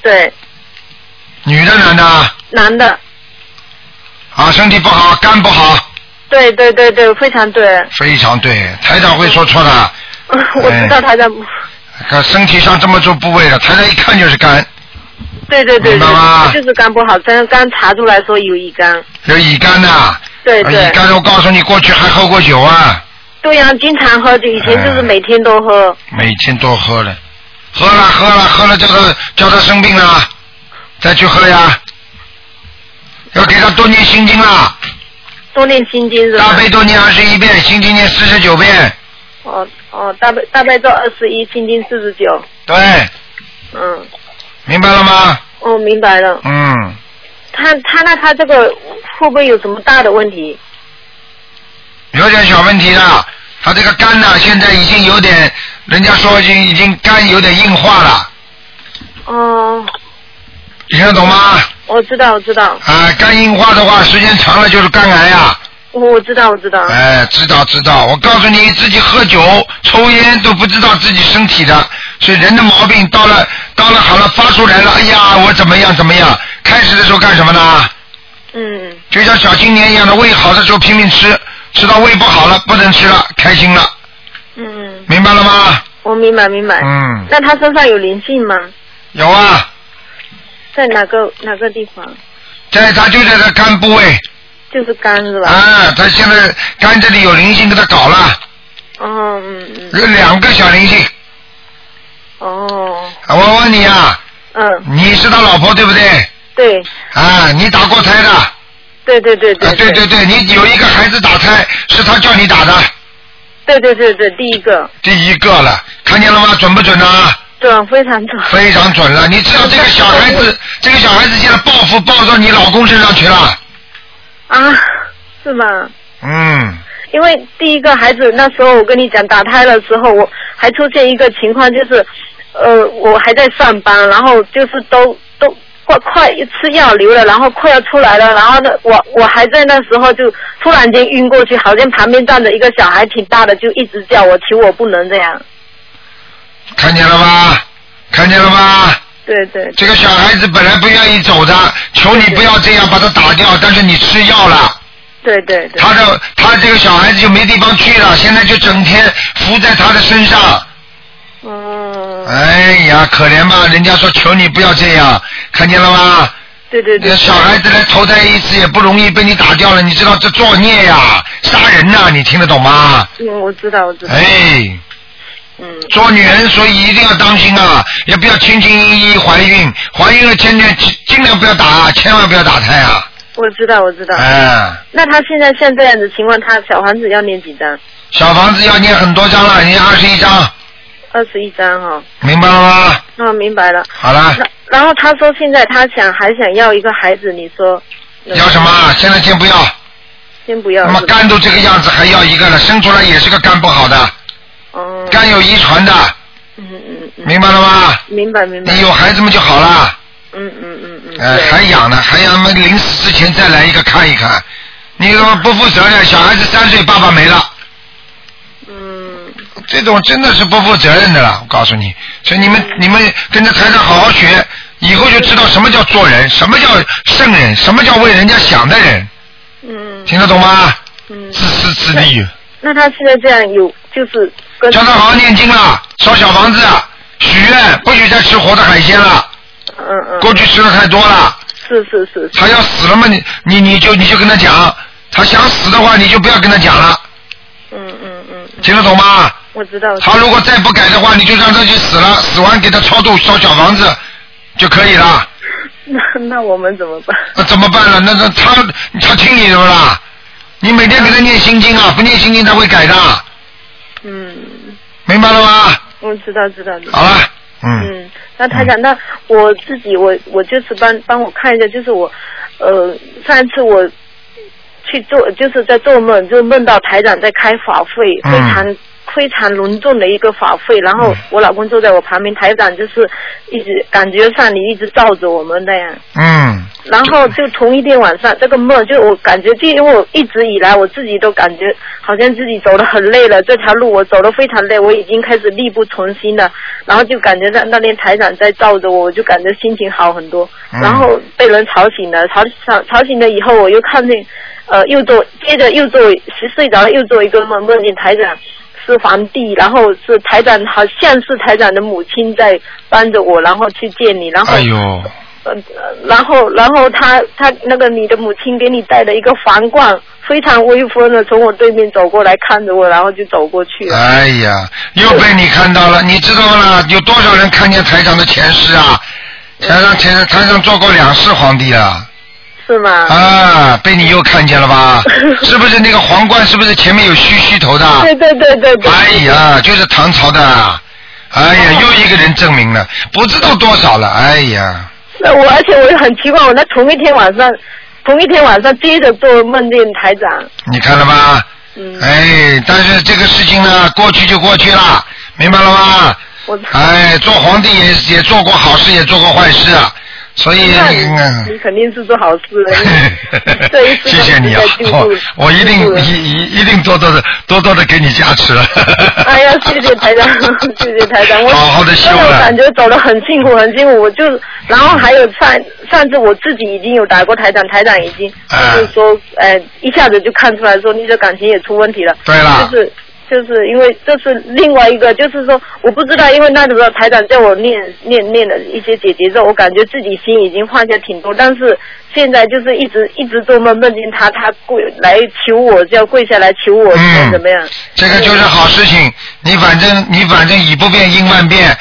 [SPEAKER 9] 对，
[SPEAKER 1] 女的男的？
[SPEAKER 9] 男的，
[SPEAKER 1] 啊，身体不好，肝不好，
[SPEAKER 9] 对对对对，非常对，
[SPEAKER 1] 非常对，台长会说错的。
[SPEAKER 9] 我知道台长，
[SPEAKER 1] 看身体上这么多部位了，台长一看就是肝，
[SPEAKER 9] 对对对
[SPEAKER 1] 明白吗
[SPEAKER 9] 对，就是肝不好，但是刚查出来说有乙肝，
[SPEAKER 1] 有乙肝呐、
[SPEAKER 9] 对对
[SPEAKER 1] 啊乙肝，我告诉你，过去还喝过酒啊，
[SPEAKER 9] 对呀、经常喝酒，以前就是每天都喝，
[SPEAKER 1] 每天都喝了，喝了喝了喝了，叫他叫他生病了，再去喝呀，要给他多念心经啦，
[SPEAKER 9] 多念心经
[SPEAKER 3] 啊
[SPEAKER 9] 是吧？
[SPEAKER 1] 大悲多念二十一遍，心经念四十九遍，
[SPEAKER 9] 哦哦，大悲大悲咒二十一，心经四十九，
[SPEAKER 1] 对，
[SPEAKER 9] 嗯，
[SPEAKER 1] 明白了吗？
[SPEAKER 9] 哦，明白了。
[SPEAKER 1] 嗯，
[SPEAKER 9] 他他那他这个会不会有什么大的问题？
[SPEAKER 1] 有点小问题了，他这个肝呐、现在已经有点，人家说已经已经肝有点硬化了，
[SPEAKER 9] 哦，
[SPEAKER 1] 你听得懂吗？
[SPEAKER 9] 我知道，我知道，
[SPEAKER 1] 啊，肝硬化的话，时间长了就是肝癌啊。
[SPEAKER 9] 哦我我知道，我知道。
[SPEAKER 1] 哎，知道知道，我告诉你，自己喝酒、抽烟都不知道自己身体的，所以人的毛病到了到了好了发出来了，哎呀，我怎么样怎么样？开始的时候干什么呢？
[SPEAKER 9] 嗯，
[SPEAKER 1] 就像小青年一样的，胃好的时候拼命吃，吃到胃不好了不能吃了，开心了。嗯。明白了吗？
[SPEAKER 9] 我明白明白。
[SPEAKER 1] 嗯。
[SPEAKER 9] 那他身上有灵性吗？
[SPEAKER 1] 有啊，
[SPEAKER 9] 在哪个哪个地方？
[SPEAKER 1] 在他就在他肝部位
[SPEAKER 9] 就是肝是吧？
[SPEAKER 1] 啊，他现在肝这里有灵性给他搞了，
[SPEAKER 9] 哦，嗯嗯。
[SPEAKER 1] 有两个小灵性。
[SPEAKER 9] 哦，
[SPEAKER 1] 啊我问你啊，
[SPEAKER 9] 嗯，
[SPEAKER 1] 你是他老婆对不对？
[SPEAKER 9] 对
[SPEAKER 1] 啊，你打过胎的？啊，
[SPEAKER 9] 对对对对。
[SPEAKER 1] 对对对，你有一个孩子打胎，是他叫你打的，
[SPEAKER 9] 对对对对，第一个
[SPEAKER 1] 第一个了，看见了吗？准不准呢、
[SPEAKER 9] 准非常准。
[SPEAKER 1] 非常准了，你知道这个小孩 子，这个小孩子现在报复报到你老公身上去了。
[SPEAKER 9] 啊，是吗？
[SPEAKER 1] 嗯，
[SPEAKER 9] 因为第一个孩子那时候我跟你讲打胎的时候，我还出现一个情况，就是呃我还在上班，然后就是都都快快吃药流了，然后快要出来了，然后呢我我还在那时候就突然间晕过去，好像旁边站着一个小孩挺大的，就一直叫我，求我不能这样。
[SPEAKER 1] 看见了吧？看见了吧？
[SPEAKER 9] 对对
[SPEAKER 1] 这个小孩子本来不愿意走的，求你不要这样把他打掉，但是你吃药了。
[SPEAKER 9] 对对对，
[SPEAKER 1] 他的他这个小孩子就没地方去了，现在就整天伏在他的身上。
[SPEAKER 9] 哦
[SPEAKER 1] 嗯。哎呀，可怜吧！人家说求你不要这样，看见了吗？
[SPEAKER 9] 对对
[SPEAKER 1] 对。小孩子来投胎一次也不容易，被你打掉了，你知道这作孽呀，杀人呐、你听得懂吗？
[SPEAKER 9] 嗯，我知道我知道。
[SPEAKER 1] 哎。做女人，所以一定要当心啊，也不要轻轻易易怀孕，怀孕了千万尽量不要打啊，千万不要打胎啊，
[SPEAKER 9] 我知道我知道。
[SPEAKER 1] 哎。
[SPEAKER 9] 那他现在像这样的情况，他小房子要念几张？
[SPEAKER 1] 小房子要念很多张了，念二十一张，
[SPEAKER 9] 二十一哦张哈、
[SPEAKER 1] 明白了吗？
[SPEAKER 9] 啊，明白了。
[SPEAKER 1] 好了，
[SPEAKER 9] 那然后他说现在他想还想要一个孩子，你说嗯
[SPEAKER 1] 要什么啊？现在先不要。
[SPEAKER 9] 先不要。
[SPEAKER 1] 那么
[SPEAKER 9] 是吧
[SPEAKER 1] 肝都这个样子，还要一个了，生出来也是个肝不好的。
[SPEAKER 9] 哦嗯
[SPEAKER 1] 肝有遗传的。嗯嗯。明白了吗？
[SPEAKER 9] 明白明白。
[SPEAKER 1] 你有孩子们就好了。嗯嗯嗯嗯。呃，还养呢，还养嘛？临死之前再来一个看一看。你怎么不负责任？小孩子三岁，爸爸没了。嗯。这种真的是不负责任的了，我告诉你。所以你们你们跟着台长好好学，以后就知道什么叫做人，什么叫圣人，什么叫为人家想的人。嗯。听得懂吗？嗯。自私自利。
[SPEAKER 9] 那他现在这样有就是跟
[SPEAKER 1] 叫他好好念经啦，烧小房啊嗯子，许愿，不许再吃活的海鲜了。嗯嗯。过去吃的太多了。
[SPEAKER 9] 是是是，
[SPEAKER 1] 他要死了嘛，你你你就你就跟他讲，他想死的话，你就不要跟他讲了。嗯嗯嗯。听得懂吗？
[SPEAKER 9] 我知道。
[SPEAKER 1] 他如果再不改的话，你就让他去死了，死完给他超度烧小房子就可以了。
[SPEAKER 9] 那那我们怎么办？
[SPEAKER 1] 那怎么办了？那那他他听你的不啦？你每天给他念心经啊，不念心经他会改的。
[SPEAKER 9] 嗯，
[SPEAKER 1] 明白了吗？
[SPEAKER 9] 我知道知道。知道
[SPEAKER 1] 好了，
[SPEAKER 9] 嗯，那台长，那我自己我我就是帮帮我看一下，就是我，呃，上一次我去做，就是在做梦，就梦到台长在开法会，
[SPEAKER 10] 嗯
[SPEAKER 9] 非常非常隆重的一个法会，然
[SPEAKER 1] 嗯
[SPEAKER 9] 后我老公坐在我旁边，台长就是一直感觉上你一直照着我们那样，
[SPEAKER 1] 嗯
[SPEAKER 9] 然后就同一天晚上，这个梦就我感觉，就因为我一直以来我自己都感觉好像自己走得很累了，这条路我走得非常累，我已经开始力不从心了。然后就感觉那那天台长在照着我，我就感觉心情好很多。
[SPEAKER 10] 嗯
[SPEAKER 9] 然后被人吵醒了，吵吵吵醒了以后，我又看见，呃，又做接着又做睡睡着了，又做一个梦，梦见台长。是皇帝，然后是台长，好像是台长的母亲在帮着我，然后去见你，然后
[SPEAKER 1] 哎呦，
[SPEAKER 9] 呃，然后然后他他那个你的母亲给你戴了一个皇冠，非常威风的从我对面走过来看着我，然后就走过去了。
[SPEAKER 1] 哎呀，又被你看到了，你知道了，有多少人看见台长的前世啊？台长前世台长做过两世皇帝了。
[SPEAKER 9] 是吗？
[SPEAKER 1] 啊，被你又看见了吧？是不是那个皇冠？是不是前面有须须头的？
[SPEAKER 9] 对对对对对。
[SPEAKER 1] 哎呀，就是唐朝的。哎呀，又一个人证明了，不知道多少了。哎呀，
[SPEAKER 9] 那我而且我也很奇怪，我那同一天晚上，同一天晚上接着做梦见台长，
[SPEAKER 1] 你看了吧？哎，但是这个事情呢，过去就过去了，明白了吗？哎，做皇帝也也做过好事，也做过坏事，啊所以嗯
[SPEAKER 9] 那
[SPEAKER 1] 你看。
[SPEAKER 9] 你肯定是做好事了。
[SPEAKER 1] 谢谢你啊，我我一定一一一定多多的多多的给你加持了。
[SPEAKER 9] 哎呀，谢谢台长， 谢谢台长，我
[SPEAKER 1] 好好地修了
[SPEAKER 9] 真的我感觉走得很辛苦，很辛苦。我就，然后还有上上次我自己已经有打过台长，台长已经
[SPEAKER 1] 嗯哎
[SPEAKER 9] 就是说，呃，一下子就看出来说你的感情也出问题了。
[SPEAKER 1] 对了
[SPEAKER 9] 就是就是因为这是另外一个，就是说我不知道，因为那时候台长叫我念念念了一些解结咒，我感觉自己心已经放下挺多，但是现在就是一直一直做梦，梦见他他跪来求我，就要跪下来求我，怎么怎么样？
[SPEAKER 1] 嗯这个就是好事情，你反正你反正以不变应万变，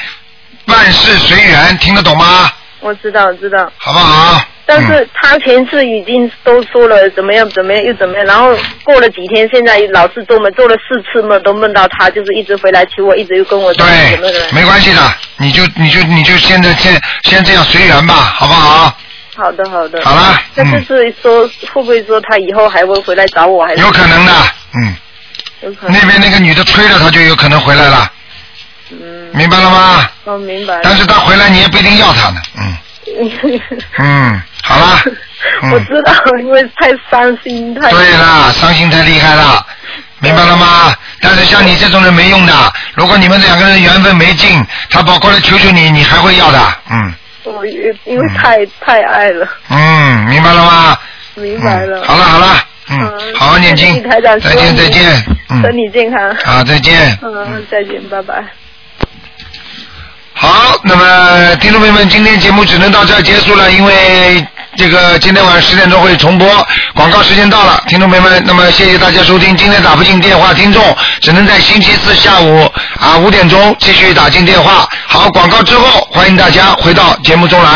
[SPEAKER 1] 万事随缘，听得懂吗？
[SPEAKER 9] 我知道，知道。
[SPEAKER 1] 好不好？嗯
[SPEAKER 9] 但是他前次已经都说了怎么样怎么样又怎么样，然后过了几天，现在老是做梦，做了四次梦都梦到他，就是一直回来求我，一直又跟我说怎么怎么样。
[SPEAKER 1] 没关系的，你就你就你就现在先先这样随缘吧，好不好？
[SPEAKER 9] 好的好的。
[SPEAKER 1] 好嗯啦
[SPEAKER 9] 那嗯就是说，会不会说他以后还会回来找我？还是
[SPEAKER 1] 有可能的，嗯。那边那个女的吹了，她就有可能回来了。明白了吗？
[SPEAKER 9] 哦，嗯明白。
[SPEAKER 1] 但是她回来你也不一定要她呢，嗯嗯，好啦，
[SPEAKER 9] 我
[SPEAKER 1] 嗯，
[SPEAKER 9] 知道，因为太伤心，太
[SPEAKER 1] 对啦，伤心太厉害了，明白了吗？但是像你这种人没用的，如果你们两个人缘分没尽，她跑过来求求你，你还会要的，嗯
[SPEAKER 9] 我因为太太爱了，
[SPEAKER 1] 嗯，明白了吗？
[SPEAKER 9] 明白了。
[SPEAKER 1] 好了好了，嗯，好好念
[SPEAKER 9] 谢谢
[SPEAKER 1] 经，
[SPEAKER 9] 台长，
[SPEAKER 1] 再见再见，嗯，
[SPEAKER 9] 身体健康。
[SPEAKER 1] 好再见
[SPEAKER 9] 嗯，再见，拜拜。
[SPEAKER 1] 好，那么听众朋友们，今天节目只能到这儿结束了，因为这个今天晚上十点钟会重播，广告时间到了，听众朋友们，那么谢谢大家收听，今天打不进电话，听众只能在星期四下午啊五点钟继续打进电话。好，广告之后，欢迎大家回到节目中来。